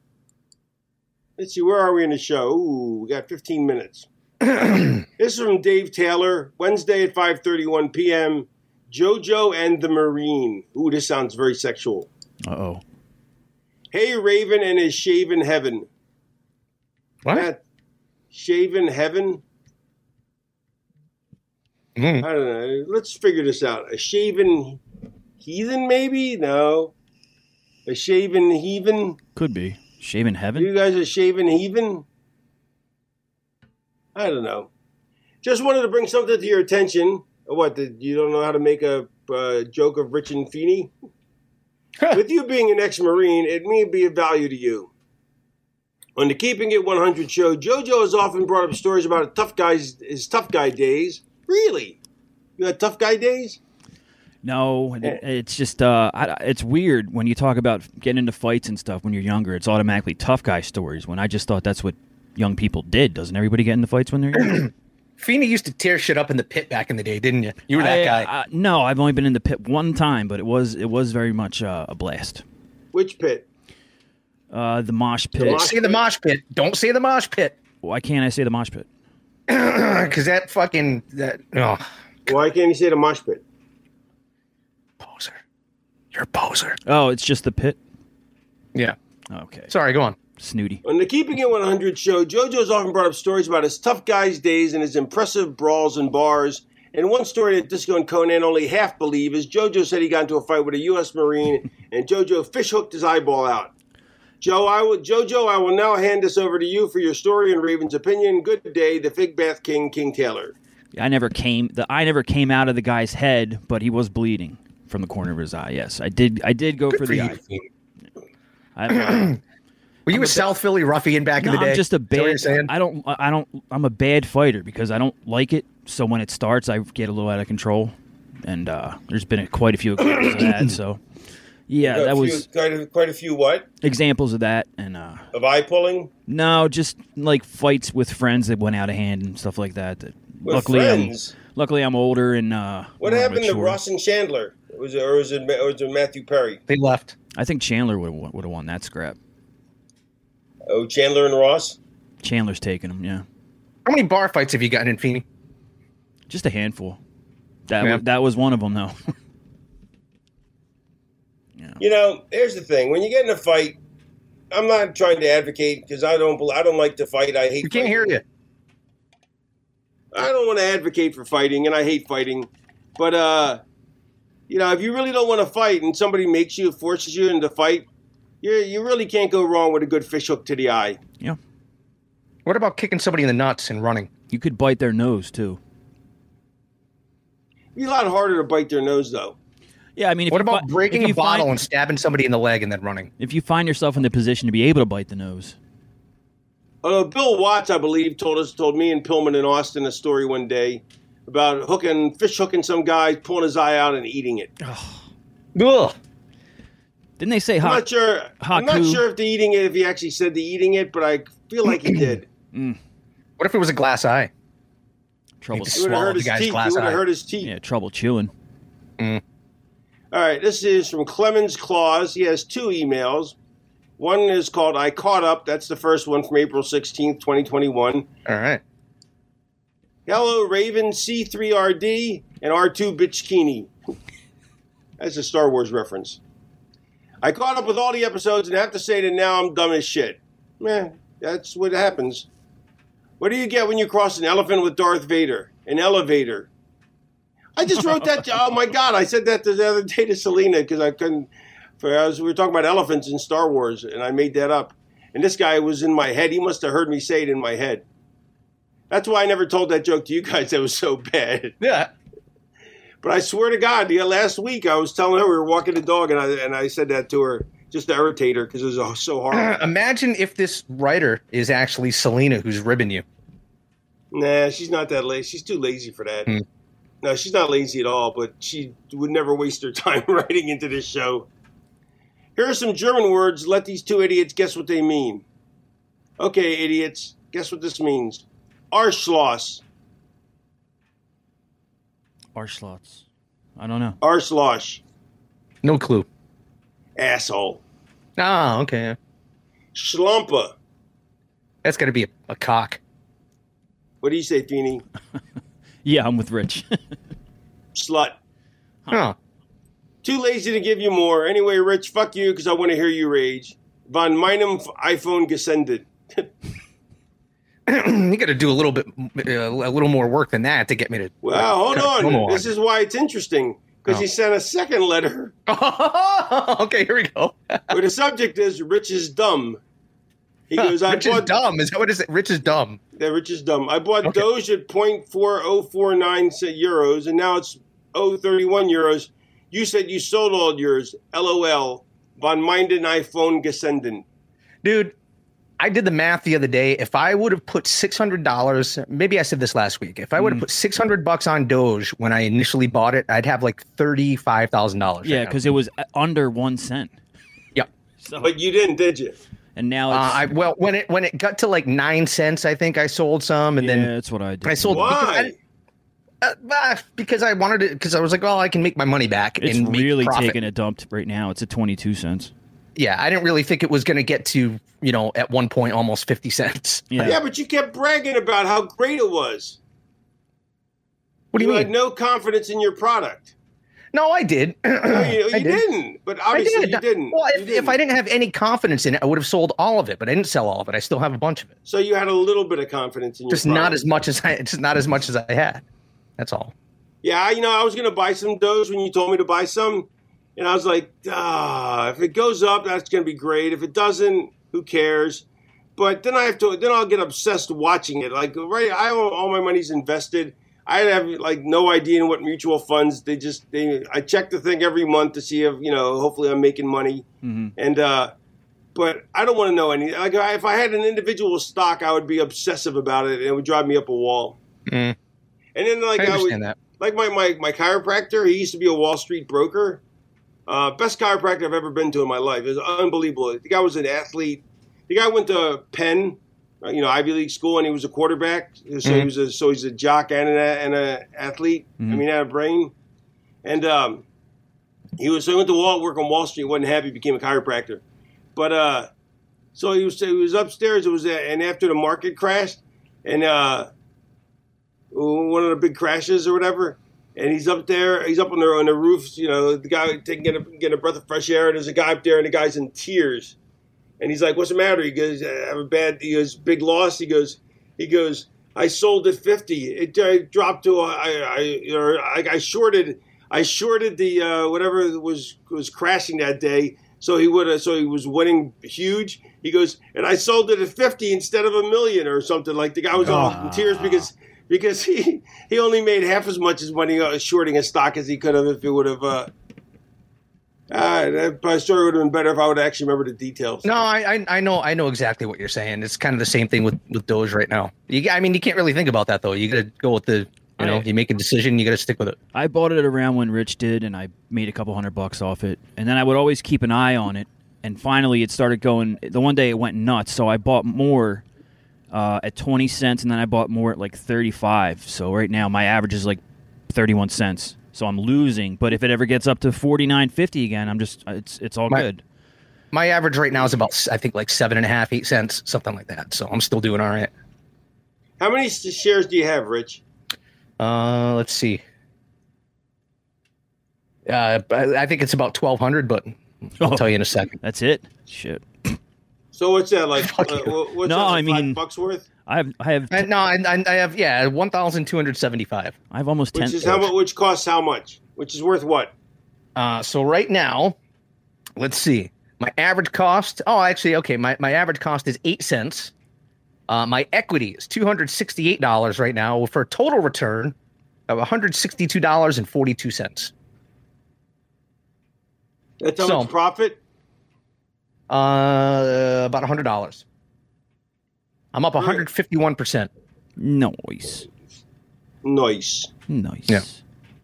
Speaker 5: Let's see, where are we in the show? Ooh, we got 15 minutes. this is from Dave Taylor, Wednesday at 5:31 p.m. JoJo and the Marine. Ooh, this sounds very sexual.
Speaker 7: Uh oh.
Speaker 5: Hey, Raven and his shaven heaven.
Speaker 6: What?
Speaker 5: That shaven heaven?
Speaker 6: Mm.
Speaker 5: I don't know. Let's figure this out. A shaven heathen, maybe? No. A shaven heathen?
Speaker 7: Could be. Shaving
Speaker 5: Are
Speaker 7: heaven?
Speaker 5: you guys a shaven heathen? I don't know. Just wanted to bring something to your attention. What, the, you don't know how to make a uh, joke of Rich and Feeney? With you being an ex Marine, it may be of value to you. On the Keeping It 100 show, JoJo has often brought up stories about a tough guy's, his tough guy days. Really? You had tough guy days?
Speaker 7: No, it- it's just uh, I, it's weird when you talk about getting into fights and stuff when you're younger. It's automatically tough guy stories. When I just thought that's what young people did. Doesn't everybody get into fights when they're young?
Speaker 6: Fina used to tear shit up in the pit back in the day, didn't you? You were that
Speaker 7: I-
Speaker 6: guy.
Speaker 7: I- no, I've only been in the pit one time, but it was it was very much uh, a blast.
Speaker 5: Which pit?
Speaker 7: Uh, the mosh pit.
Speaker 6: Don't say the mosh pit. Don't say the mosh pit
Speaker 7: Why can't I say the mosh pit?
Speaker 6: because that fucking that. Oh,
Speaker 5: Why can't you say the mosh pit?
Speaker 6: poser. You're a poser.
Speaker 7: Oh, it's just the pit.
Speaker 6: Yeah.
Speaker 7: Okay,
Speaker 6: Sorry. Go on.
Speaker 7: snooty.
Speaker 5: On the Keeping It 100 show, JoJo's often brought up stories about his tough guys' days and his impressive brawls in bars. And one story that Disco and Conan only half believe is JoJo said he got into a fight with a U.S. Marine, and JoJo fish hooked his eyeball out. Joe, I will, JoJo, I will now hand this over to you for your story and Raven's opinion. Good day, the Fig Bath King, King Taylor.
Speaker 7: I never came. The eye never came out of the guy's head, but he was bleeding from the corner of his eye. Yes, I did. I did go for the eye. I,
Speaker 6: Were you a, South Philly ruffian back
Speaker 7: no,
Speaker 6: in the day?
Speaker 7: I'm just a
Speaker 6: Is that what you're
Speaker 7: bad.
Speaker 6: saying?
Speaker 7: I don't. I don't. I'm a bad fighter because I don't like it. So when it starts, I get a little out of control, and uh, there's been a, quite a few examples of that. So, yeah, that was
Speaker 5: quite a, quite a few what
Speaker 7: examples of that, and uh,
Speaker 5: of eye pulling
Speaker 7: No, just like fights with friends that went out of hand and stuff like that. that
Speaker 5: With
Speaker 7: luckily,
Speaker 5: friends?
Speaker 7: I'm luckily I'm older and uh,
Speaker 5: What
Speaker 7: more
Speaker 5: happened to
Speaker 7: mature.
Speaker 5: Ross and Chandler? Was it, or was it, or was it Matthew Perry?
Speaker 6: they left.
Speaker 7: I think Chandler would would have won that scrap.
Speaker 5: Oh, Chandler and Ross.
Speaker 7: Chandler's taking him, yeah,
Speaker 6: How many bar fights have you gotten in Feeney?
Speaker 7: just a handful. That
Speaker 6: Yeah.
Speaker 7: wa- that was one of them though.
Speaker 5: You know, here's the thing: when you get in a fight, I'm not trying to advocate because I don't, bel- I don't like to fight. I hate.
Speaker 6: We
Speaker 5: fighting.
Speaker 6: can't hear you.
Speaker 5: I don't want to advocate for fighting, and I hate fighting. But uh, you know, if you really don't want to fight, and somebody makes you, forces you into fight, you you really can't go wrong with a good fish hook to the eye.
Speaker 7: yeah,
Speaker 6: What about kicking somebody in the nuts and running?
Speaker 7: you could bite their nose too.
Speaker 5: It'd be a lot harder to bite their nose, though.
Speaker 7: Yeah, I mean, if
Speaker 6: What
Speaker 7: you
Speaker 6: about
Speaker 7: fi-
Speaker 6: breaking
Speaker 7: if
Speaker 6: a
Speaker 7: you find-
Speaker 6: bottle and stabbing somebody in the leg and then running?
Speaker 7: if you find yourself in the position to be able to bite the nose,
Speaker 5: Although Uh, Bill Watts, I believe, told us, told me and Pillman in Austin a story one day about hooking, fish hooking some guy, pulling his eye out and eating it.
Speaker 6: Ugh.
Speaker 7: didn't they say
Speaker 5: I'm
Speaker 7: hot?
Speaker 5: not sure. I'm not
Speaker 7: Haku.
Speaker 5: sure if the eating it, if he actually said the eating it, but I feel like he did.
Speaker 6: What if it was a glass eye?
Speaker 7: trouble?
Speaker 6: Need
Speaker 5: He would have
Speaker 6: Swallowed
Speaker 5: hurt
Speaker 6: the
Speaker 5: his
Speaker 6: guy's
Speaker 5: teeth.
Speaker 6: glass
Speaker 5: He would have
Speaker 6: eye.
Speaker 5: hurt his teeth.
Speaker 7: Yeah, trouble chewing.
Speaker 5: All right, this is from Clemens Claus. He has two emails. One is called "I Caught Up." That's the first one from April 16th, 2021.
Speaker 6: All right.
Speaker 5: Hello, Raven C3RD and R2 Bitchkini. That's a Star Wars reference. I caught up with all the episodes and have to say that now I'm dumb as shit. Meh, that's what happens. What do you get when you cross an elephant with Darth Vader? An elevator. I just wrote that. To, oh my God, I said that the other day to Selena because I couldn't. For as we were talking about elephants in Star Wars, and I made that up. And this guy was in my head. He must have heard me say it in my head. That's why I never told that joke to you guys. That was so bad.
Speaker 6: Yeah.
Speaker 5: But I swear to God, the last week I was telling her we were walking the dog, and I and I said that to her just to irritate her because it was uh, so hard.
Speaker 6: Imagine if this writer is actually Selena who's ribbing you.
Speaker 5: nah, she's not that lazy. She's too lazy for that. No, she's not lazy at all. But she would never waste her time writing into this show. Here are some German words. Let these two idiots guess what they mean. Okay, idiots, guess what this means. Arschloss.
Speaker 7: Arschlots. I don't know.
Speaker 5: Arschloss.
Speaker 6: No clue.
Speaker 5: Asshole.
Speaker 6: Ah, okay.
Speaker 5: Schlumpa.
Speaker 6: That's got to be a, a cock.
Speaker 5: What do you say, Feeney?
Speaker 7: Yeah, I'm with Rich.
Speaker 5: Slut.
Speaker 6: Huh.
Speaker 5: Too lazy to give you more. Anyway, Rich, fuck you because I want to hear you rage. Von meinem iPhone gesended.
Speaker 6: you got to do a little bit, uh, a little more work than that to get me to.
Speaker 5: Wow, hold
Speaker 6: Come
Speaker 5: on.
Speaker 6: on.
Speaker 5: This is why it's interesting
Speaker 6: Oh.
Speaker 5: because he sent a second letter
Speaker 6: okay, here we go.
Speaker 5: where the subject is Rich is dumb. He goes, I
Speaker 6: Rich is
Speaker 5: bought
Speaker 6: dumb. Is that what is it? Rich is dumb.
Speaker 5: That Rich is dumb. I bought
Speaker 6: Okay.
Speaker 5: Doge at 0.4049 se- euros and now it's 031 euros. You said you sold all yours. LOL. Von meinem iPhone gesended.
Speaker 6: Dude, I did the math the other day. If I would have put $600, maybe I said this last week. If I
Speaker 7: Hmm.
Speaker 6: would have put 600 bucks on Doge when I initially bought it, I'd have like $35,000. right
Speaker 7: yeah,
Speaker 6: now.
Speaker 7: because it was uh, under one cent.
Speaker 6: Yep.
Speaker 7: So
Speaker 5: But you didn't, did you?
Speaker 7: and now
Speaker 6: Uh,
Speaker 7: it's
Speaker 6: I well when it when it got to like nine cents, I think I sold some, and
Speaker 7: yeah,
Speaker 6: then
Speaker 7: that's what I did.
Speaker 6: I sold because I
Speaker 5: Why?
Speaker 6: didn't- uh, ah, because I wanted it because I was like, well, I can make my money back
Speaker 7: It's
Speaker 6: and make
Speaker 7: really
Speaker 6: profit.
Speaker 7: taking a dump right now. It's at twenty two cents.
Speaker 6: Yeah, I didn't really think it was going to get to you know at one point almost fifty cents.
Speaker 7: Yeah.
Speaker 5: Yeah, but you kept bragging about how great it was.
Speaker 6: What do you,
Speaker 5: had
Speaker 6: mean?
Speaker 5: no confidence in your product.
Speaker 6: No, I did.
Speaker 5: No, you, you
Speaker 6: I did.
Speaker 5: didn't. But
Speaker 6: I
Speaker 5: obviously
Speaker 6: did.
Speaker 5: you didn't.
Speaker 6: Well,
Speaker 5: You
Speaker 6: if, if I didn't have any confidence in it, I would have sold all of it, but I didn't sell all of it. I still have a bunch of it.
Speaker 5: So you had a little bit of confidence in your
Speaker 6: Just
Speaker 5: product.
Speaker 6: not as much as I just not as much as I had. That's all.
Speaker 5: Yeah, you know, I was going to buy some does when you told me to buy some. And I was like, ah, if it goes up, that's going to be great. If it doesn't, who cares? But then I have to, then I'll get obsessed watching it. Like, right, I all, all my money's invested. I have like no idea in what mutual funds. They just, they, I check the thing every month to see if, you know, hopefully I'm making money. And, uh, but I don't want to know any. Like, I- if I had an individual stock, I would be obsessive about it, and it would drive me up a wall.
Speaker 6: Mm.
Speaker 5: And then, like,
Speaker 6: I
Speaker 5: I would,
Speaker 6: understand that.
Speaker 5: like my, my, my chiropractor, he used to be a Wall Street broker. Uh, best chiropractor I've ever been to in my life. It was unbelievable. The guy was an athlete. The guy went to Penn, uh, you know, Ivy League school, and he was a quarterback. So he was a so he's a jock and an and a athlete. I mean, had a brain. And um, he was so he went to Wall work on Wall Street. wasn't happy. Became a chiropractor. But uh, so he was he was upstairs. It was uh, and after the market crashed, and uh, one of the big crashes or whatever. And he's up there. He's up on the on the roof. You know, the guy taking getting a, getting a breath of fresh air. And there's a guy up there, and the guy's in tears. And he's like, "What's the matter?" He goes, "I have a bad." He goes, "Big loss." He goes, "He goes." I sold at fifty. It uh, dropped to a- I I or I, I shorted. I shorted the uh, whatever was was crashing that day. So he would. have So he was winning huge. He goes, and I sold it at fifty instead of a million or something. Like the guy was all in tears because because he he only made half as much as money uh, shorting a stock as he could have if it would have. Uh, uh, that my story would have been better if I would actually remember the details.
Speaker 6: No, I, I I know I know exactly what you're saying. It's kind of the same thing with with Doge right now. You, I mean, you can't really think about that though. You got to go with the you know.
Speaker 7: Right.
Speaker 6: You make a decision. You got to stick with it.
Speaker 7: I bought it around when Rich did, and I made a couple hundred bucks off it. And then I would always keep an eye on it. And finally, it started going. The one day it went nuts, so I bought more uh, at twenty cents, and then I bought more at like thirty-five. So right now, my average is like thirty-one cents. So I'm losing. But if it ever gets up to forty-nine fifty again, I'm just uh, it's it's all
Speaker 6: My-
Speaker 7: good.
Speaker 6: My average right now is about I think like seven and a half, eight cents, something like that. So I'm still doing all right.
Speaker 5: How many s- shares do you have, Rich?
Speaker 6: Uh, let's see. Uh, I I think it's about twelve hundred, but I'll
Speaker 7: Oh.
Speaker 6: tell you in a second.
Speaker 7: That's it. Shit.
Speaker 5: So what's that like?
Speaker 6: Fuck
Speaker 5: uh,
Speaker 6: you.
Speaker 5: wha- what's
Speaker 7: No,
Speaker 5: that, like
Speaker 7: I
Speaker 5: five
Speaker 7: mean-
Speaker 5: bucks worth,
Speaker 7: I have I have
Speaker 6: And no, I, I, I have yeah, one thousand two hundred seventy-five.
Speaker 7: I have almost
Speaker 5: which
Speaker 7: ten.
Speaker 5: is how much? Which costs how much? Which is worth what?
Speaker 6: Uh, so right now, let's see. My average cost. Oh, actually, okay. My my average cost is eight cents. Uh, my equity is two hundred sixty-eight dollars right now for a total return of one hundred sixty-two dollars and forty-two cents.
Speaker 5: That's how
Speaker 6: So-
Speaker 5: much profit.
Speaker 6: Uh, about hundred dollars. I'm up one
Speaker 5: Right.
Speaker 6: hundred fifty-one percent.
Speaker 7: Nice.
Speaker 5: Nice.
Speaker 7: Nice.
Speaker 6: Yeah.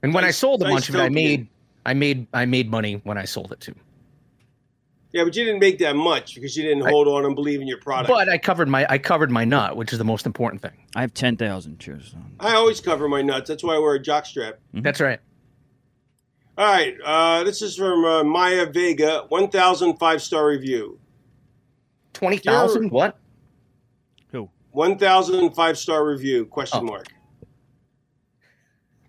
Speaker 6: And when I
Speaker 5: Nice-
Speaker 6: sold a
Speaker 5: nice
Speaker 6: bunch of it, I
Speaker 5: token.
Speaker 6: made, I made, I made money when I sold it too.
Speaker 5: Yeah, but you didn't make that much because you didn't
Speaker 6: I-
Speaker 5: hold on and believe in your product.
Speaker 6: But I covered my, I covered my nut, which is the most important thing.
Speaker 7: I have ten thousand shares.
Speaker 5: I always cover my nuts. That's why I wear a jockstrap.
Speaker 6: That's right.
Speaker 5: All right, uh, this is from uh, Maya Vega, 1,000 five star review.
Speaker 6: Twenty thousand. What?
Speaker 5: 1,000 five star review? Question
Speaker 6: Oh.
Speaker 5: mark.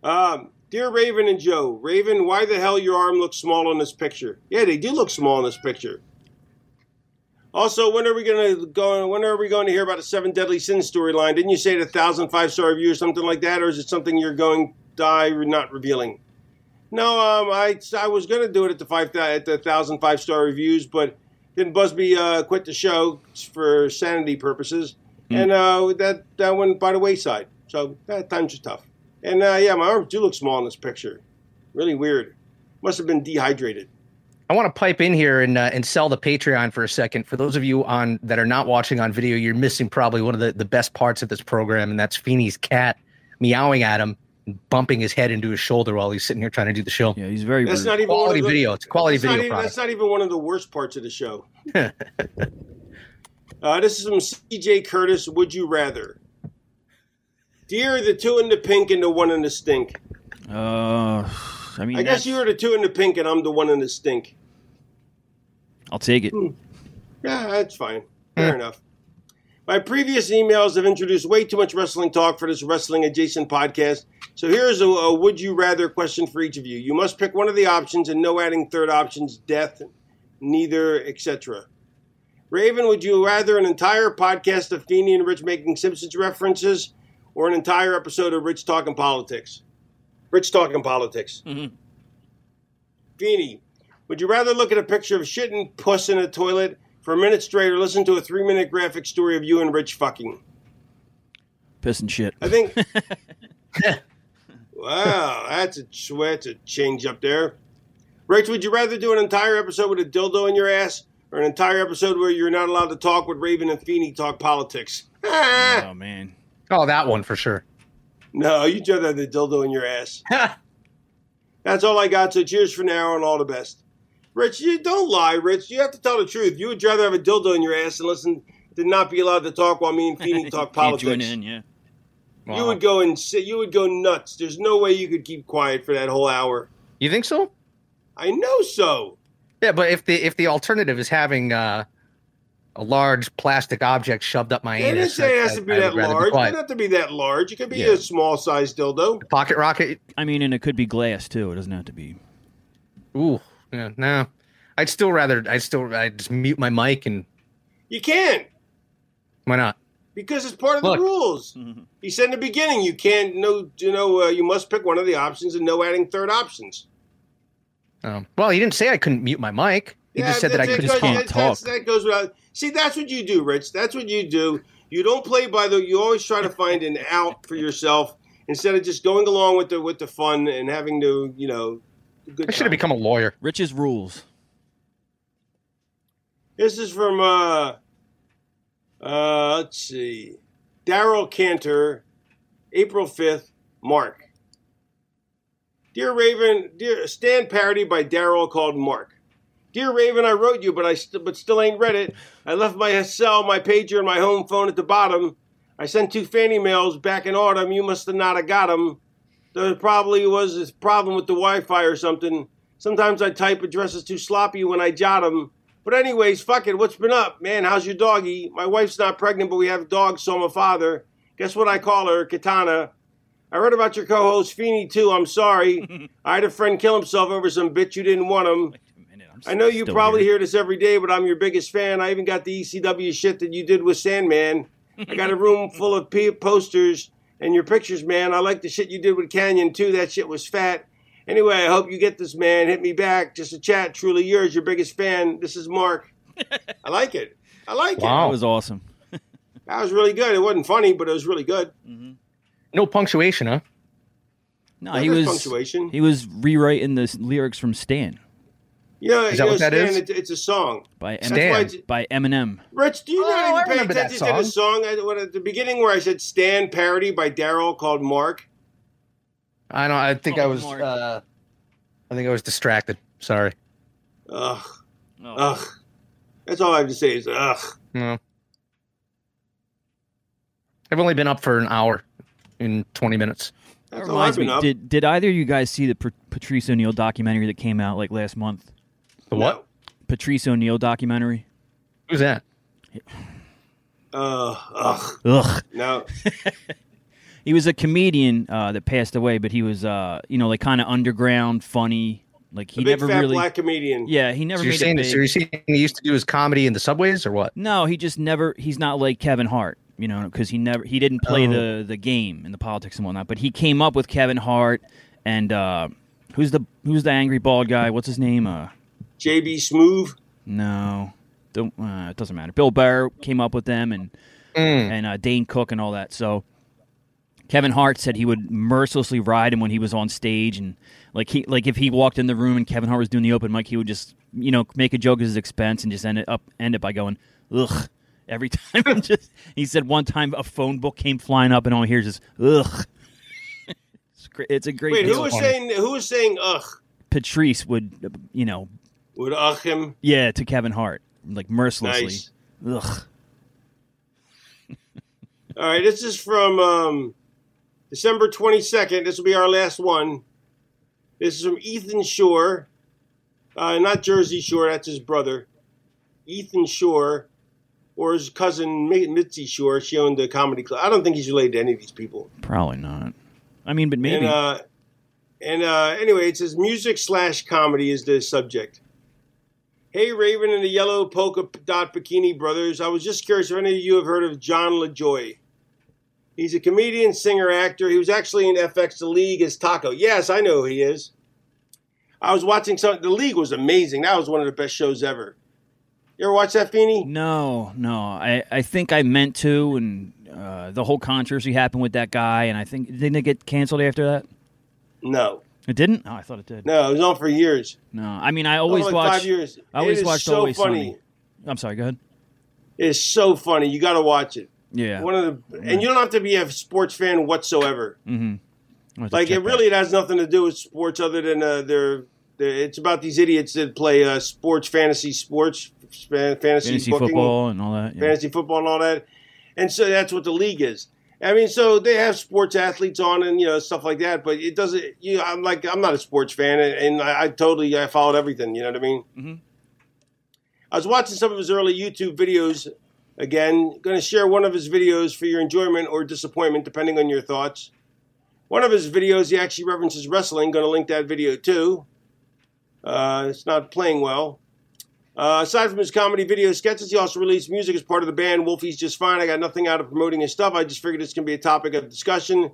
Speaker 5: Um, dear Raven and Joe, Raven, why the hell your arm looks small on this picture? Yeah, they do look small in this picture. Also, when are we gonna go? When are we going to hear about a seven deadly sins storyline? Didn't you say it a thousand five star review or something like that, or is it something you're going die not revealing? No, um, I I was gonna do it at the five thou- at the thousand five star reviews, but then Busby uh, quit the show for sanity purposes, and uh, that that went by the wayside. So that times are tough. And uh, yeah, my arms do look small in this picture. Really weird. Must have been dehydrated.
Speaker 6: I want to pipe in here and uh, and sell the Patreon for a second. For those of you on that are not watching on video, you're missing probably one of the, the best parts of this program, and that's Feeney's cat meowing at him, and bumping his head into his shoulder while he's sitting here trying to do the show.
Speaker 7: Yeah, he's very.
Speaker 5: That's
Speaker 7: rude.
Speaker 5: not even
Speaker 6: Quality
Speaker 5: one of the,
Speaker 6: video. It's a quality
Speaker 5: that's not
Speaker 6: video
Speaker 5: even-
Speaker 6: product.
Speaker 5: that's not even one of the worst parts of the show. Uh, this is from CJ Curtis. Would you rather? Dear the two in the pink and the one in the stink.
Speaker 7: Uh, I mean,
Speaker 5: I guess
Speaker 7: that's-
Speaker 5: you are the two in the pink and I'm the one in the stink.
Speaker 7: I'll take it.
Speaker 5: Yeah, that's fine. Fair enough. My previous emails have introduced way too much wrestling talk for this wrestling adjacent podcast. So here's a, a would you rather question for each of you. You must pick one of the options and no adding third options, death, neither, etc. Raven, would you rather an entire podcast of Feeney and Rich making Simpsons references or an entire episode of Rich talking politics? Rich talking politics. Feeney, would you rather look at a picture of shitting puss in a toilet for a minute straight or listen to a three minute graphic story of you and Rich fucking?
Speaker 7: Piss and shit.
Speaker 5: I think. wow, that's a, ch- that's a change up there. Rich, would you rather do an entire episode with a dildo in your ass or an entire episode where you're not allowed to talk with Raven and Feeney talk politics?
Speaker 7: Oh man.
Speaker 6: Oh, that one for sure.
Speaker 5: No, you'd rather have the dildo in your ass. That's all I got. So cheers for now and all the best. Rich, you don't lie, Rich. You have to tell the truth. You would rather have a dildo in your ass and listen to not be allowed to talk while me and Feeney talk
Speaker 7: Can't
Speaker 5: politics.
Speaker 7: join in. Yeah.
Speaker 5: You would go and sit, you would go nuts. There's no way you could keep quiet for that whole hour.
Speaker 6: You think so?
Speaker 5: I know so.
Speaker 6: Yeah, but if the if the alternative is having uh, a large plastic object shoved up my
Speaker 5: They didn't
Speaker 6: anus,
Speaker 5: say it has
Speaker 6: I-
Speaker 5: to be
Speaker 6: I would
Speaker 5: that
Speaker 6: rather
Speaker 5: large. it
Speaker 6: quiet.
Speaker 5: doesn't have to be that large. It could be
Speaker 6: Yeah.
Speaker 5: a small size dildo.
Speaker 6: Pocket rocket.
Speaker 7: I mean, and it could be glass too. It doesn't have to be.
Speaker 6: Ooh, yeah, no. I'd still rather. I'd still. I'd just mute my mic and
Speaker 5: You can
Speaker 6: why not?
Speaker 5: because it's part of
Speaker 6: Look. Mm-hmm.
Speaker 5: the rules. He said in the beginning, you can't no, you know, uh, you must pick one of the options and no adding third options.
Speaker 6: Um, well, he didn't say I couldn't mute my mic. He just said that I
Speaker 5: that's-
Speaker 6: couldn't
Speaker 5: that's-
Speaker 6: speak.
Speaker 5: that's- that's- That goes without. See, that's what you do, Rich. That's what you do. You don't play by the. You always try to find an out for yourself instead of just going along with the with the fun and having to, you know. Good
Speaker 6: I should have
Speaker 5: time.
Speaker 6: become a lawyer.
Speaker 7: Rich's rules.
Speaker 5: This is from uh, uh let's see, Daryl Cantor, April fifth, Mark. Dear Raven, dear Stan parody by Daryl called Mark. Dear Raven, I wrote you, but I st- but still ain't read it. I left my cell, my pager, and my home phone at the bottom. I sent two fanny mails back in autumn. You must have not have got 'em. There probably was a problem with the Wi-Fi or something. Sometimes I type addresses too sloppy when I jot 'em. But anyways, fuck it. What's been up, man? How's your doggy? My wife's not pregnant, but we have dogs, so I'm a father. Guess what I call her? Katana. I read about your co-host Feeney too. I'm sorry. I had a friend kill himself over some bitch you didn't want him. I know you probably hear this every day, but I'm your biggest fan. I even got the ECW shit that you did with Sandman. I got a room full of p- posters and your pictures, man. I like the shit you did with Canyon too. That shit was fat. Anyway, I hope you get this, man. Hit me back. Just a chat. Truly yours, your biggest fan. This is Mark. I like it. I like
Speaker 7: That
Speaker 6: Wow.
Speaker 7: was awesome.
Speaker 5: it. That was really good. It wasn't funny, but it was really good.
Speaker 6: No punctuation, huh?
Speaker 7: No,
Speaker 5: That
Speaker 7: he
Speaker 5: was
Speaker 7: was
Speaker 5: punctuation.
Speaker 7: He was rewriting the s- lyrics from Stan
Speaker 5: You know,
Speaker 6: Is that
Speaker 5: you know,
Speaker 6: what that
Speaker 5: Stan,
Speaker 6: is?
Speaker 5: It's, it's a song.
Speaker 7: by M-
Speaker 6: Stan.
Speaker 5: That's why it's-
Speaker 7: by Eminem.
Speaker 5: Rich, do you
Speaker 6: Oh, I
Speaker 5: not even pay
Speaker 6: remember that
Speaker 5: attention to the song I- when- at the beginning where I said "Stan" parody by Daryl called Mark?
Speaker 6: I don't. I think I
Speaker 7: Oh,
Speaker 6: was.
Speaker 7: Lord.
Speaker 6: Uh, I think I was distracted. Sorry.
Speaker 5: Ugh,
Speaker 7: Oh.
Speaker 5: ugh. That's all I have to say is ugh.
Speaker 6: No. I've only been up for an hour in 20 minutes.
Speaker 7: That
Speaker 5: That's all I've
Speaker 7: reminds
Speaker 5: been
Speaker 7: me.
Speaker 5: up.
Speaker 7: Did did either of you guys see the Pat- Patrice O'Neill documentary that came out like last month?
Speaker 6: The what?
Speaker 7: Patrice O'Neill documentary.
Speaker 6: Who's that?
Speaker 5: Uh, ugh.
Speaker 7: Ugh.
Speaker 5: No.
Speaker 7: He was a comedian uh, that passed away, but he was uh, you know like kind of underground, funny. Like he
Speaker 5: a big
Speaker 7: never
Speaker 5: fat
Speaker 7: really.
Speaker 5: black comedian.
Speaker 7: Yeah, he never
Speaker 6: So you're,
Speaker 7: made
Speaker 6: saying,
Speaker 7: it.
Speaker 6: so
Speaker 7: big.
Speaker 6: you're saying he used to do his comedy in the subways or what?
Speaker 7: No, he just never. He's not like Kevin Hart, you know, because he never he didn't play the the game and the politics and whatnot. But he came up with Kevin Hart and uh, who's the who's the angry bald guy? What's his name? Uh,
Speaker 5: JB Smooth.
Speaker 7: no, don't. Uh, it doesn't matter. Bill Burr came up with them and
Speaker 5: Mm.
Speaker 7: and uh, Dane Cook and all that. So Kevin Hart said he would mercilessly ride him when he was on stage, and like he like if he walked in the room and Kevin Hart was doing the open mic, he would just you know make a joke at his expense and just end it up end it by going ugh every time. And just he said one time a phone book came flying up, and all he hears is ugh. it's, cra- it's a great.
Speaker 5: Wait, who
Speaker 7: deal.
Speaker 5: was saying who was saying ugh?
Speaker 7: Patrice would you know
Speaker 5: Would ugh him?
Speaker 7: yeah to Kevin Hart like mercilessly
Speaker 5: Nice.
Speaker 7: ugh.
Speaker 5: All right, this is from um, December 22nd. This will be our last one. This is from Ethan Shore, uh, not Jersey Shore, that's his brother. Ethan Shore, or his cousin Mi- Mitzi Shore. She owned the comedy club. I don't think he's related to any of these people.
Speaker 7: Probably not. I mean, but
Speaker 5: And,
Speaker 7: maybe.
Speaker 5: uh, and uh, anyway, it says music slash comedy is the subject. Hey, Raven and the Yellow Polka Dot Bikini Brothers. I was just curious if any of you have heard of John LaJoy. He's a comedian, singer, actor. He was actually in FX The League as Taco. Yes, I know who he is. I was watching some. The League was amazing. That was one of the best shows ever. You ever watch that, Feeney?
Speaker 7: no, no. I, I think I meant to, and uh, the whole controversy happened with that guy, and I think didn't it get canceled after that?
Speaker 5: No.
Speaker 7: It didn't. Oh, I thought it did.
Speaker 5: No, it was on for years.
Speaker 7: No, I mean I always
Speaker 5: like
Speaker 7: watch.
Speaker 5: five years.
Speaker 7: I always
Speaker 5: It is
Speaker 7: watched
Speaker 5: so
Speaker 7: Always
Speaker 5: funny.
Speaker 7: Sunny. I'm sorry. Go ahead.
Speaker 5: It's so funny. You got to watch it.
Speaker 7: Yeah. Mm-hmm.
Speaker 5: One of the, and you don't have to be a sports fan whatsoever.
Speaker 7: I'll have to
Speaker 5: Like
Speaker 7: Mm-hmm. check
Speaker 5: it
Speaker 7: that.
Speaker 5: really it has nothing to do with sports other than uh, their, their. It's about these idiots that play uh, sports, fantasy sports, fan, fantasy,
Speaker 7: fantasy
Speaker 5: booking,
Speaker 7: football and all that. yeah.
Speaker 5: fantasy football, and all that. And so that's what the league is. I mean, so they have sports athletes on and you know stuff like that, but it doesn't. You, know, I'm like, I'm not a sports fan, and, and I, I totally I followed everything. You know what I mean? I was watching some of his early YouTube videos again. Going to share one of his videos for your enjoyment or disappointment, depending on your thoughts. One of his videos, he actually references wrestling. Going to link that video too. Uh, it's not playing well. Uh, aside from his comedy video sketches, he also released music as part of the band Wolfie's Just Fine. I got nothing out of promoting his stuff. I just figured this can be a topic of discussion.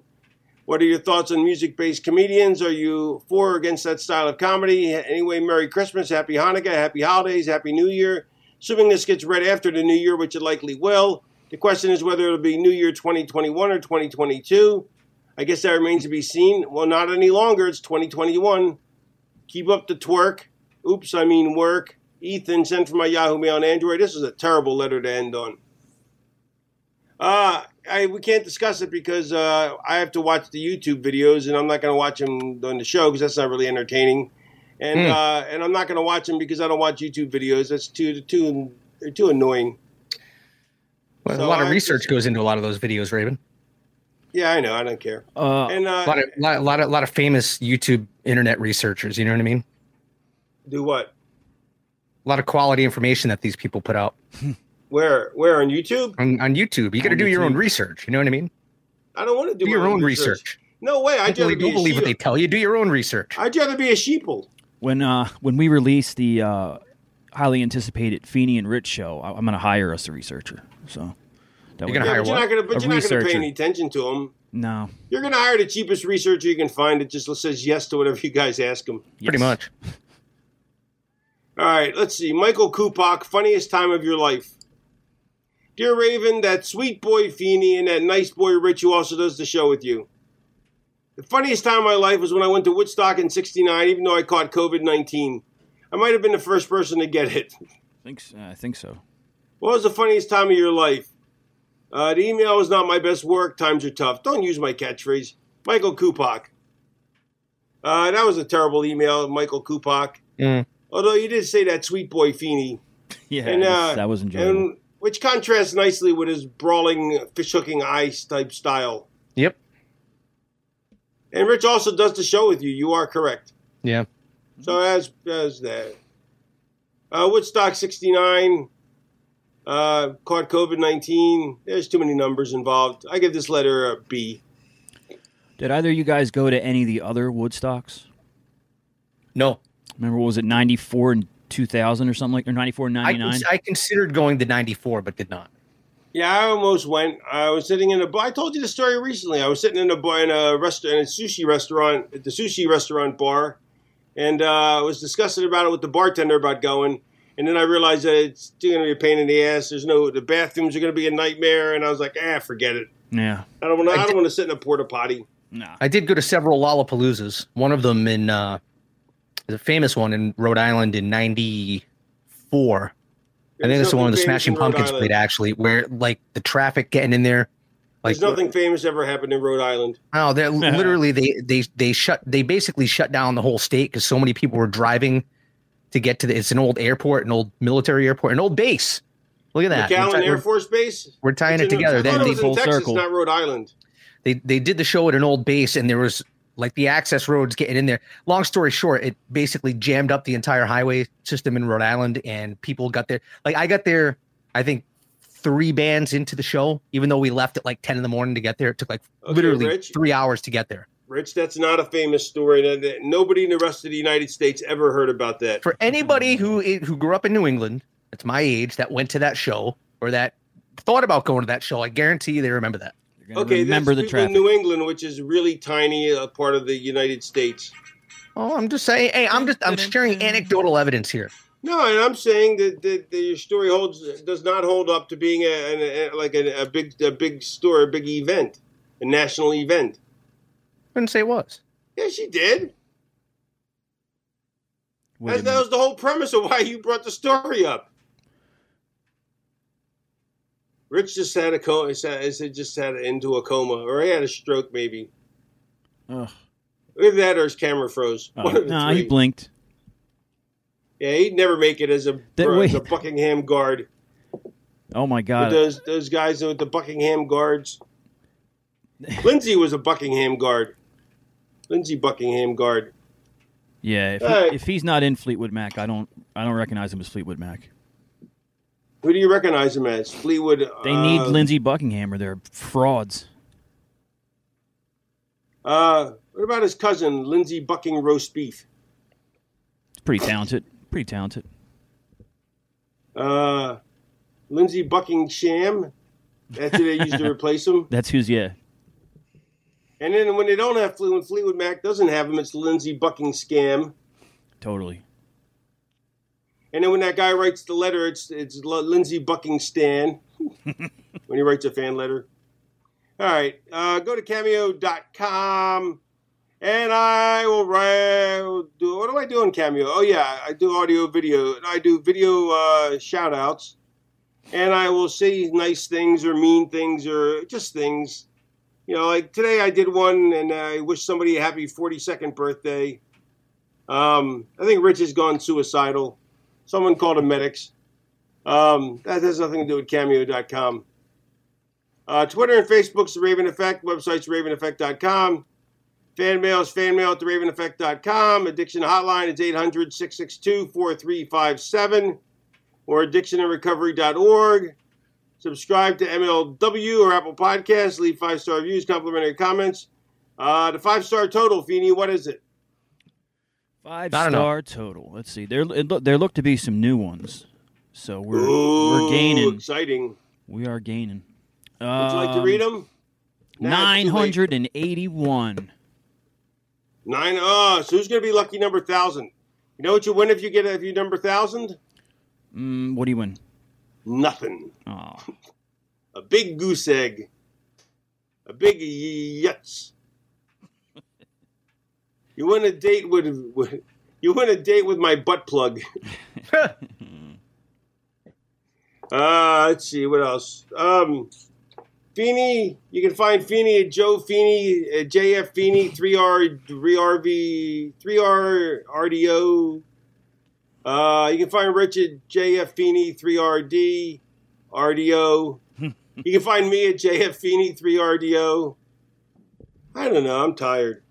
Speaker 5: What are your thoughts on music based comedians? Are you for or against that style of comedy? Anyway, Merry Christmas, Happy Hanukkah, Happy Holidays, Happy New Year. Assuming this gets read after the New Year, which it likely will, the question is whether it'll be New Year 2021 or 2022. I guess that remains to be seen. Well, not any longer. It's 2021. Keep up the twerk. Oops, I mean work. Ethan sent from my Yahoo mail on Android. This is a terrible letter to end on. Uh, I, we can't discuss it because uh, I have to watch the YouTube videos, and I'm not going to watch them on the show because that's not really entertaining. And
Speaker 6: Hmm.
Speaker 5: uh, and I'm not going to watch them because I don't watch YouTube videos. That's too too they're too annoying.
Speaker 6: Well,
Speaker 5: So
Speaker 6: a lot of
Speaker 5: I-
Speaker 6: research goes into a lot of those videos, Raven.
Speaker 5: Yeah, I know. I don't care.
Speaker 7: Uh,
Speaker 5: and uh,
Speaker 6: A lot of, lot, lot of, lot of famous YouTube internet researchers. You know what I mean?
Speaker 5: do what?
Speaker 6: A lot of quality information that these people put out
Speaker 5: Where? Where on YouTube?
Speaker 6: on, on YouTube. You got to
Speaker 7: On
Speaker 6: do your own
Speaker 7: YouTube.
Speaker 6: research. You know what I mean?
Speaker 5: I don't want to do,
Speaker 6: Do your
Speaker 5: my
Speaker 6: own research.
Speaker 5: No way. I'd
Speaker 6: Don't
Speaker 5: rather
Speaker 6: believe,
Speaker 5: be
Speaker 6: don't
Speaker 5: a
Speaker 6: believe what they
Speaker 5: sheep.
Speaker 6: tell you. Do your own research.
Speaker 5: I'd rather be a sheeple.
Speaker 7: when uh when we release the uh, highly anticipated Feeney and Rich show, I, I'm going to hire us a researcher. So that
Speaker 6: You're
Speaker 7: way-
Speaker 6: gonna
Speaker 5: Yeah,
Speaker 6: hire
Speaker 5: but you're
Speaker 6: what?
Speaker 5: not going to.
Speaker 7: A
Speaker 5: But you're not going to pay
Speaker 7: researcher.
Speaker 5: any attention to them.
Speaker 7: no,
Speaker 5: You're going to hire the cheapest researcher you can find that just says yes to whatever you guys ask him.
Speaker 7: Yes.
Speaker 6: Pretty much.
Speaker 5: All right, let's see. Michael Kupak, funniest time of your life. Dear Raven, that sweet boy Feeney and that nice boy Rich who also does the show with you. The funniest time of my life was when I went to Woodstock in 69, even though I caught COVID 19. I might have been the first person to get it.
Speaker 7: I think s- uh, I think so.
Speaker 5: What was the funniest time of your life? Uh, the email is not my best work. Times are tough. Don't use my catchphrase. Michael Kupak. Uh, that was a terrible email, Michael Kupak.
Speaker 6: Mm.
Speaker 5: Although you did say that sweet boy Feeney.
Speaker 7: Yeah,
Speaker 5: And, uh,
Speaker 7: that was enjoyable.
Speaker 5: and- which contrasts nicely with his brawling, fish hooking ice type style.
Speaker 6: Yep.
Speaker 5: And Rich also does the show with you. You are correct.
Speaker 6: Yeah.
Speaker 5: So as as that, uh, Woodstock '69 uh, caught COVID nineteen. There's too many numbers involved. I give this letter a B.
Speaker 7: Did either of you guys go to any of the other Woodstocks?
Speaker 6: No.
Speaker 7: Remember what was it, 94 and 2000 or something like, or 94 and
Speaker 6: I,
Speaker 7: 99?
Speaker 6: cons- I considered going to 94, but did not.
Speaker 5: Yeah, I almost went. I was sitting in a bar. I told you the story recently. I was sitting in a bar in a restaurant, in a sushi restaurant, at the sushi restaurant bar, and uh, I was discussing about it with the bartender about going. And then I realized that it's going to be a pain in the ass. There's no the bathrooms are going to be a nightmare, and I was like, ah, forget it.
Speaker 7: yeah.
Speaker 5: I don't want.
Speaker 6: I
Speaker 5: I don't
Speaker 6: did-
Speaker 5: want to sit in a porta potty.
Speaker 7: Nah.
Speaker 6: I did go to several Lollapaloozas. One of them in uh, the famous one in Rhode Island in '94. I think
Speaker 5: There's
Speaker 6: this is the one
Speaker 5: nothing
Speaker 6: of the
Speaker 5: famous
Speaker 6: Smashing
Speaker 5: in Rhode
Speaker 6: Pumpkins
Speaker 5: Island.
Speaker 6: played actually, where like the traffic getting in there, like
Speaker 5: There's nothing famous ever happened in Rhode Island.
Speaker 6: oh, they're literally they they they shut they basically shut down the whole state because so many people were driving to get to the. It's an old airport, an old military airport, an old base. Look at that. We're
Speaker 5: McAllen
Speaker 6: ti-
Speaker 5: Air
Speaker 6: we're-
Speaker 5: Force Base.
Speaker 6: we're tying
Speaker 5: It's
Speaker 6: it
Speaker 5: in-
Speaker 6: together.
Speaker 5: I
Speaker 6: That
Speaker 5: thought it
Speaker 6: deep
Speaker 5: was in
Speaker 7: full
Speaker 5: Texas,
Speaker 7: circle.
Speaker 5: not Rhode Island.
Speaker 6: they they did the show at an old base and there was like the access roads getting in there. Long story short, it basically jammed up the entire highway system in Rhode Island and people got there. Like I got there, I think three bands into the show, even though we left at like 10 in the morning to get there. It took like
Speaker 5: Okay,
Speaker 6: literally
Speaker 5: Rich.
Speaker 6: three hoars to get there.
Speaker 5: Rich, that's not a famous story. and that- Nobody in the rest of the United States ever heard about that.
Speaker 6: For anybody who i- who grew up in New England, that's my age, that went to that show or that thought about going to that show, I guarantee you they remember that.
Speaker 7: You're gonna
Speaker 5: Okay,
Speaker 7: remember
Speaker 5: that's
Speaker 7: the
Speaker 5: people in
Speaker 7: traffic.
Speaker 5: New England, which is really tiny uh, part of the United States.
Speaker 6: Oh, I'm just saying, hey, I'm just I'm sharing anecdotal evidence here.
Speaker 5: No, and I'm saying that, that, that your story holds does not hold up to being a, an a like a, a big a big story, a big event, a national event.
Speaker 6: Couldn't say it was.
Speaker 5: Yeah, she did.
Speaker 7: Wait
Speaker 5: That, that
Speaker 7: a minute.
Speaker 5: was the whole premise of why you brought the story up. Rich just had a coma. He said he said just had into a coma, or he had a stroke, maybe.
Speaker 7: Ugh.
Speaker 5: Either that or his camera froze.
Speaker 7: Oh,
Speaker 5: One of the
Speaker 7: no,
Speaker 5: three.
Speaker 7: he blinked.
Speaker 5: yeah, he'd never make it as a,
Speaker 7: That-
Speaker 5: as a
Speaker 7: wait.
Speaker 5: Buckingham guard.
Speaker 7: Oh my
Speaker 5: With
Speaker 7: god.
Speaker 5: those those guys with the Buckingham guards. Lindsay was a Buckingham guard. Lindsay Buckingham guard.
Speaker 7: Yeah, if, he-
Speaker 5: Alright.
Speaker 7: if he's not in Fleetwood Mac, I don't I don't recognize him as Fleetwood Mac.
Speaker 5: Who do you recognize him as? Fleetwood.
Speaker 7: They need
Speaker 5: uh,
Speaker 7: Lindsey Buckingham or they're frauds.
Speaker 5: Uh, what about his cousin, Lindsay Bucking Roast Beef?
Speaker 7: It's pretty talented. Pretty talented.
Speaker 5: Uh, Lindsay Buckingham. That's who they used to replace him.
Speaker 7: That's who's yeah.
Speaker 5: And then when they don't have Fleetwood, when Fleetwood Mac doesn't have him, it's Lindsay Bucking Scam.
Speaker 7: Totally.
Speaker 5: And then when that guy writes the letter, it's it's L- Lindsey Buckingstan when he writes a fan letter. All right, uh, go to cameo.com and I will write. Do, what do I do on Cameo? Oh, yeah, I do audio, video. I do video uh, shout outs and I will say nice things or mean things or just things. You know, like today I did one and I wish somebody a happy 42nd birthday. Um, I think Rich has gone suicidal. Someone called him medics. Um, that has nothing to do with cameo.com. Uh, Twitter and Facebook's The Raven Effect. Website's raveneffect.com. Fan mail is fanmail at theraveneffect.com. Addiction hotline is 800 662 4357 or addictionandrecovery.org. Subscribe to MLW or Apple Podcasts. Leave five star reviews, complimentary comments. Uh, the five star total, Feeney, what is it?
Speaker 7: Five
Speaker 6: Not enough.
Speaker 7: star total. Let's see. There it look, there look to be some new ones. So we're
Speaker 5: Ooh,
Speaker 7: we're gaining.
Speaker 5: Exciting.
Speaker 7: We are gaining.
Speaker 5: Would you like to read them?
Speaker 7: Um, Nine hundred and eighty-one.
Speaker 5: Nine. Oh, so who's going to be lucky number thousand? You know what you win if you get if you number thousand?
Speaker 7: Mm, what do you win?
Speaker 5: Nothing.
Speaker 7: Oh,
Speaker 5: A big goose egg. A big yutz. You win a date with, with you win a date with my butt plug. uh, let's see what else. Um, Feeney, you can find Feeney at Joe Feeney at JF Feeney three R three RV three R RDO. Uh, you can find Richard JF Feeney three RD RDO. You can find me at JF Feeney three RDO. I don't know. I'm tired.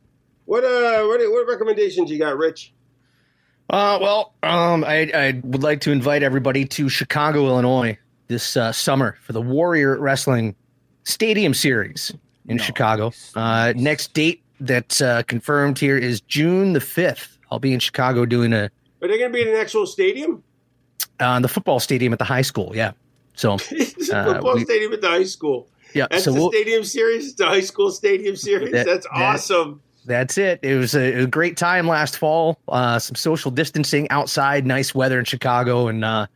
Speaker 5: What uh, what, what recommendations you got, Rich?
Speaker 6: Uh, well, um, I, I would like to invite everybody to Chicago, Illinois this uh, summer for the Warrior Wrestling Stadium Series in
Speaker 7: Nice.
Speaker 6: Chicago. Uh, next date that's uh, confirmed here is June the 5th. I'll be in Chicago doing a
Speaker 5: Are they going to be in an actual stadium?
Speaker 6: uh, the football stadium at the high school. Yeah. So,
Speaker 5: It's a
Speaker 6: Uh,
Speaker 5: football
Speaker 6: we-
Speaker 5: stadium at the high school.
Speaker 6: yeah.
Speaker 5: That's
Speaker 6: so
Speaker 5: the
Speaker 6: we'll,
Speaker 5: stadium series. It's The high school stadium series.
Speaker 6: That-
Speaker 5: That's
Speaker 6: that-
Speaker 5: awesome.
Speaker 6: that's it. It was, a, it was a great time last fall. Uh, some social distancing outside, nice weather in Chicago. And uh,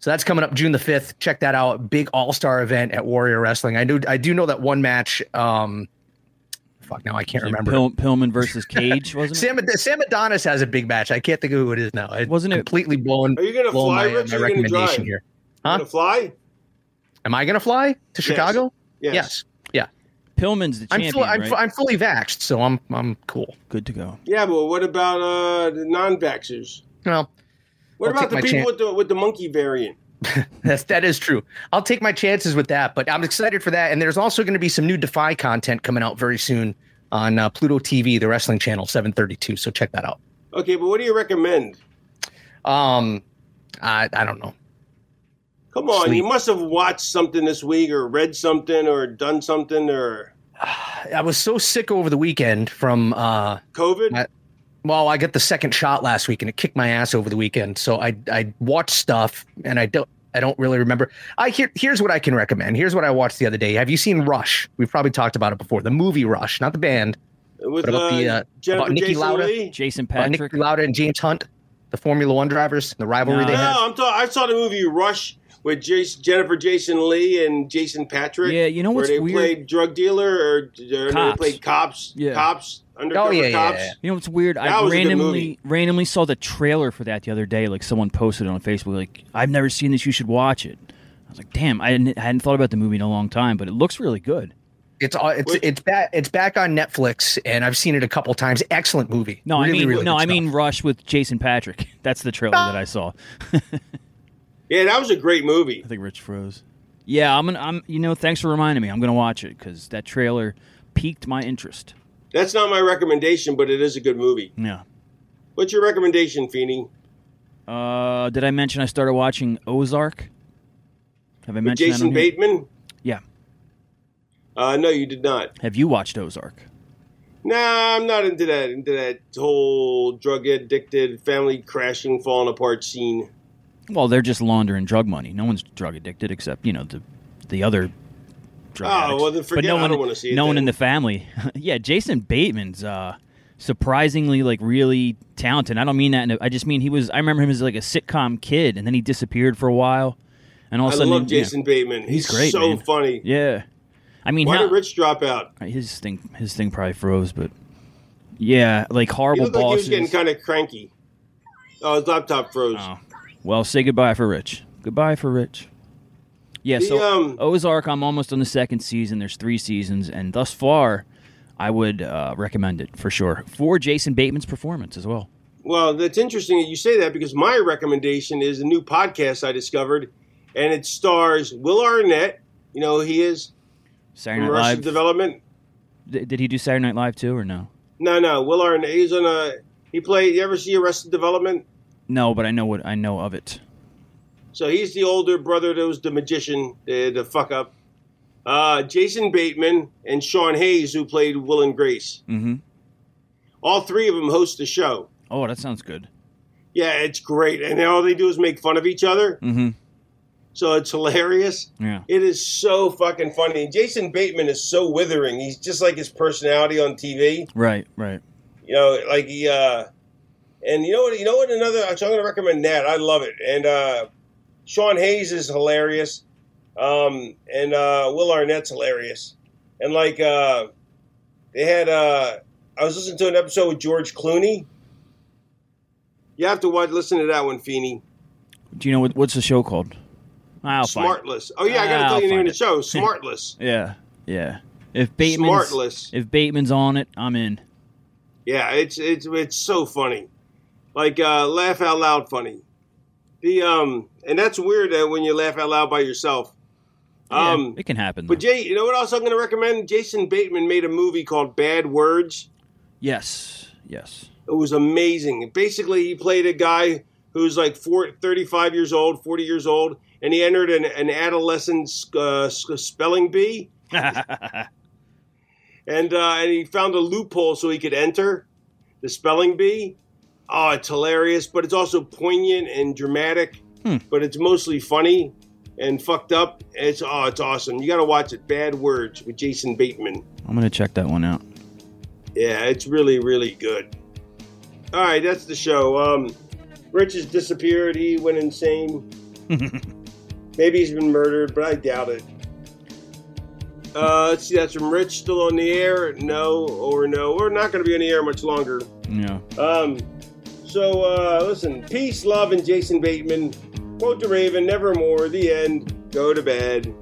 Speaker 6: so that's coming up June the 5th. Check that out. Big all star event at Warrior Wrestling. I do, I do know that one match. Um, fuck, now I can't remember.
Speaker 7: Pil- Pillman versus Cage wasn't it?
Speaker 6: Sam, Sam Adonis has a big match. I can't think of who it is now. It
Speaker 7: Wasn't it-
Speaker 6: completely blown,
Speaker 5: Are you gonna
Speaker 6: blown
Speaker 5: fly,
Speaker 6: my,
Speaker 5: Rich,
Speaker 6: my
Speaker 5: or are you gonna
Speaker 6: recommendation
Speaker 5: drive?
Speaker 6: here.
Speaker 5: Going
Speaker 6: Huh?
Speaker 5: to fly?
Speaker 6: Am I going to fly to Chicago?
Speaker 5: Yes.
Speaker 6: Yeah.
Speaker 7: Pillman's the champion,
Speaker 6: I'm, full, I'm,
Speaker 7: right?
Speaker 6: fu- I'm fully vaxxed, so I'm I'm cool.
Speaker 7: Good to go.
Speaker 5: Yeah, but what about uh, the non-vaxxers?
Speaker 6: Well,
Speaker 5: What
Speaker 6: I'll
Speaker 5: about
Speaker 6: take
Speaker 5: the
Speaker 6: my
Speaker 5: people
Speaker 6: chan-
Speaker 5: with the with the monkey variant?
Speaker 6: That's that is true. I'll take my chances with that, but I'm excited for that. And there's also going to be some new Defy content coming out very soon on uh, Pluto TV, the wrestling channel, 732. So check that out.
Speaker 5: Okay, but what do you recommend?
Speaker 6: Um, I I don't know.
Speaker 5: Come on,
Speaker 6: Sleep.
Speaker 5: you must have watched something this week or read something or done something or
Speaker 6: I was so sick over the weekend from uh,
Speaker 5: COVID.
Speaker 6: I- well, I got the second shot last week and it kicked my ass over the weekend. So I I watched stuff and I don't I don't really remember. I here, here's what I can recommend. Here's what I watched the other day. Have you seen Rush? We've probably talked about it before. The movie Rush, not the band.
Speaker 5: With
Speaker 6: What about
Speaker 5: uh,
Speaker 6: the, uh,
Speaker 5: Jennifer
Speaker 6: about Nikki
Speaker 5: Jason
Speaker 6: Lauda?
Speaker 5: Leigh?
Speaker 7: Jason
Speaker 6: About
Speaker 7: Patrick.
Speaker 6: Uh, Nick Lauda and James Hunt, the Formula One drivers, the rivalry
Speaker 7: No.
Speaker 6: they
Speaker 5: No,
Speaker 6: had.
Speaker 5: I'm talking. I saw the movie Rush with Jason, Jennifer Jason Lee and Jason Patrick.
Speaker 7: Yeah, you know what's
Speaker 5: where they
Speaker 7: weird?
Speaker 5: played drug dealer or, or
Speaker 7: Cops.
Speaker 5: they played cops,
Speaker 7: Yeah.
Speaker 5: cops, undercover
Speaker 6: Oh, yeah, yeah,
Speaker 5: cops.
Speaker 6: yeah.
Speaker 7: You know what's weird?
Speaker 5: That
Speaker 7: I
Speaker 5: was a good
Speaker 7: randomly
Speaker 5: movie.
Speaker 7: randomly saw the trailer for that the other day. Like someone posted it on Facebook. Like I've never seen this. You should watch it. I was like, damn, I hadn't, I hadn't thought about the movie in a long time, but it looks really good.
Speaker 6: It's all it's
Speaker 5: Wait.
Speaker 6: it's back it's back on Netflix and I've seen it a couple times. Excellent movie.
Speaker 7: No, I
Speaker 6: Really,
Speaker 7: mean,
Speaker 6: really
Speaker 7: no,
Speaker 6: good
Speaker 7: I
Speaker 6: stuff.
Speaker 7: mean Rush with Jason Patrick. That's the trailer
Speaker 5: Ah.
Speaker 7: that I saw.
Speaker 5: yeah. that was a great movie.
Speaker 7: I think Rich froze. Yeah, I'm gonna. I'm. You know, thanks for reminding me. I'm gonna watch it because that trailer piqued my interest.
Speaker 5: That's not my recommendation, but it is a good movie.
Speaker 7: Yeah.
Speaker 5: What's your recommendation, Feeney?
Speaker 7: Uh, did I mention I started watching Ozark? Have I
Speaker 5: With
Speaker 7: mentioned that
Speaker 5: Jason
Speaker 7: on here?
Speaker 5: Bateman?
Speaker 7: Yeah.
Speaker 5: Uh, no, you did not.
Speaker 7: Have you watched Ozark?
Speaker 5: Nah, I'm not into that into that whole drug addicted family crashing, falling apart scene.
Speaker 7: Well, they're just laundering drug money. No one's drug addicted except you know the the other. Drug
Speaker 5: Oh,
Speaker 7: addicts.
Speaker 5: well, then
Speaker 7: but
Speaker 5: forget-
Speaker 7: no
Speaker 5: I
Speaker 7: one,
Speaker 5: don't wanna see it
Speaker 7: no one
Speaker 5: then.
Speaker 7: in the family. yeah, Jason Bateman's uh, surprisingly like really talented. I don't mean that. In a, I just mean he was. I remember him as like a sitcom kid, and then he disappeared for a while, and all of
Speaker 5: I
Speaker 7: a sudden,
Speaker 5: love
Speaker 7: yeah.
Speaker 5: Jason Bateman. He's,
Speaker 7: great,
Speaker 5: so
Speaker 7: man.
Speaker 5: funny.
Speaker 7: Yeah, I mean,
Speaker 5: Why
Speaker 7: how,
Speaker 5: did Rich drop out?
Speaker 7: his thing, his thing probably froze, but yeah, like
Speaker 5: He
Speaker 7: horrible
Speaker 5: looked like he was
Speaker 7: bosses.
Speaker 5: getting kind of cranky. Oh, his laptop froze.
Speaker 7: Oh. Well, say goodbye for Rich. Goodbye for Rich. Yeah, so
Speaker 5: The, um,
Speaker 7: Ozark, I'm almost on the second season. There's three seasons, and thus far, I would uh, recommend it for sure. For Jason Bateman's performance as well.
Speaker 5: Well, that's interesting that you say that because my recommendation is a new podcast I discovered, and it stars Will Arnett. You know who he is
Speaker 7: Saturday
Speaker 5: from
Speaker 7: Night
Speaker 5: Arrested
Speaker 7: Live.
Speaker 5: Development.
Speaker 7: D- did he do Saturday Night Live too, or no?
Speaker 5: No, no, Will Arnett. He's on a. He played. You ever see Arrested Development?
Speaker 7: No, but I know what I know of it.
Speaker 5: So he's the older brother that was the magician, the, the fuck up. Uh, Jason Bateman and Sean Hayes, who played Will and Grace.
Speaker 7: Mm-hmm.
Speaker 5: All three of them host the show.
Speaker 7: Oh, that sounds good.
Speaker 5: Yeah, it's great. And all they do is make fun of each other.
Speaker 7: Mm-hmm.
Speaker 5: So it's hilarious.
Speaker 7: Yeah.
Speaker 5: It is so fucking funny. Jason Bateman is so withering. He's just like his personality on TV.
Speaker 7: Right. Right.
Speaker 5: You know, like he uh and you know what you know what another I'm gonna recommend that. I love it. And uh Sean Hayes is hilarious. Um and uh Will Arnett's hilarious. And like uh they had uh I was listening to an episode with George Clooney. You have to watch listen to that one, Feeney.
Speaker 7: Do you know what, what's the show called? I'll find it.
Speaker 5: Smartless. Oh yeah, I gotta
Speaker 7: I'll
Speaker 5: tell you the name
Speaker 7: find
Speaker 5: of the
Speaker 7: it.
Speaker 5: show. Smartless.
Speaker 7: Yeah. Yeah. If Bateman's
Speaker 5: Smartless.
Speaker 7: if Bateman's on it, I'm in.
Speaker 5: Yeah, it's it's it's so funny, like uh, laugh out loud funny. The um, and that's weird that when you laugh out loud by yourself.
Speaker 7: Yeah,
Speaker 5: Um,
Speaker 7: it can happen.
Speaker 5: but
Speaker 7: though.
Speaker 5: Jay, you know what else I'm going to recommend? Jason Bateman made a movie called Bad Words.
Speaker 7: Yes. Yes.
Speaker 5: It was amazing. Basically, he played a guy who's like four, 35 years old, 40 years old, and he entered an, an adolescent uh, s- spelling bee. and, uh, and he found a loophole so he could enter the spelling bee. Oh, it's hilarious, but it's also poignant and dramatic, but it's mostly funny and fucked up. It's oh, it's awesome. You got to watch it. Bad Words with Jason Bateman.
Speaker 7: I'm gonna check that one out.
Speaker 5: Yeah, it's really, really good. All right, that's the show. Um, Rich has disappeared. He went insane. Maybe he's been murdered, but I doubt it. Uh, let's see, that's from Rich. Still on the air? No, or no. We're not going to be on the air much longer.
Speaker 7: Yeah.
Speaker 5: Um, so, uh, listen, peace, love, and Jason Bateman. Quote the Raven, nevermore, the end. Go to bed.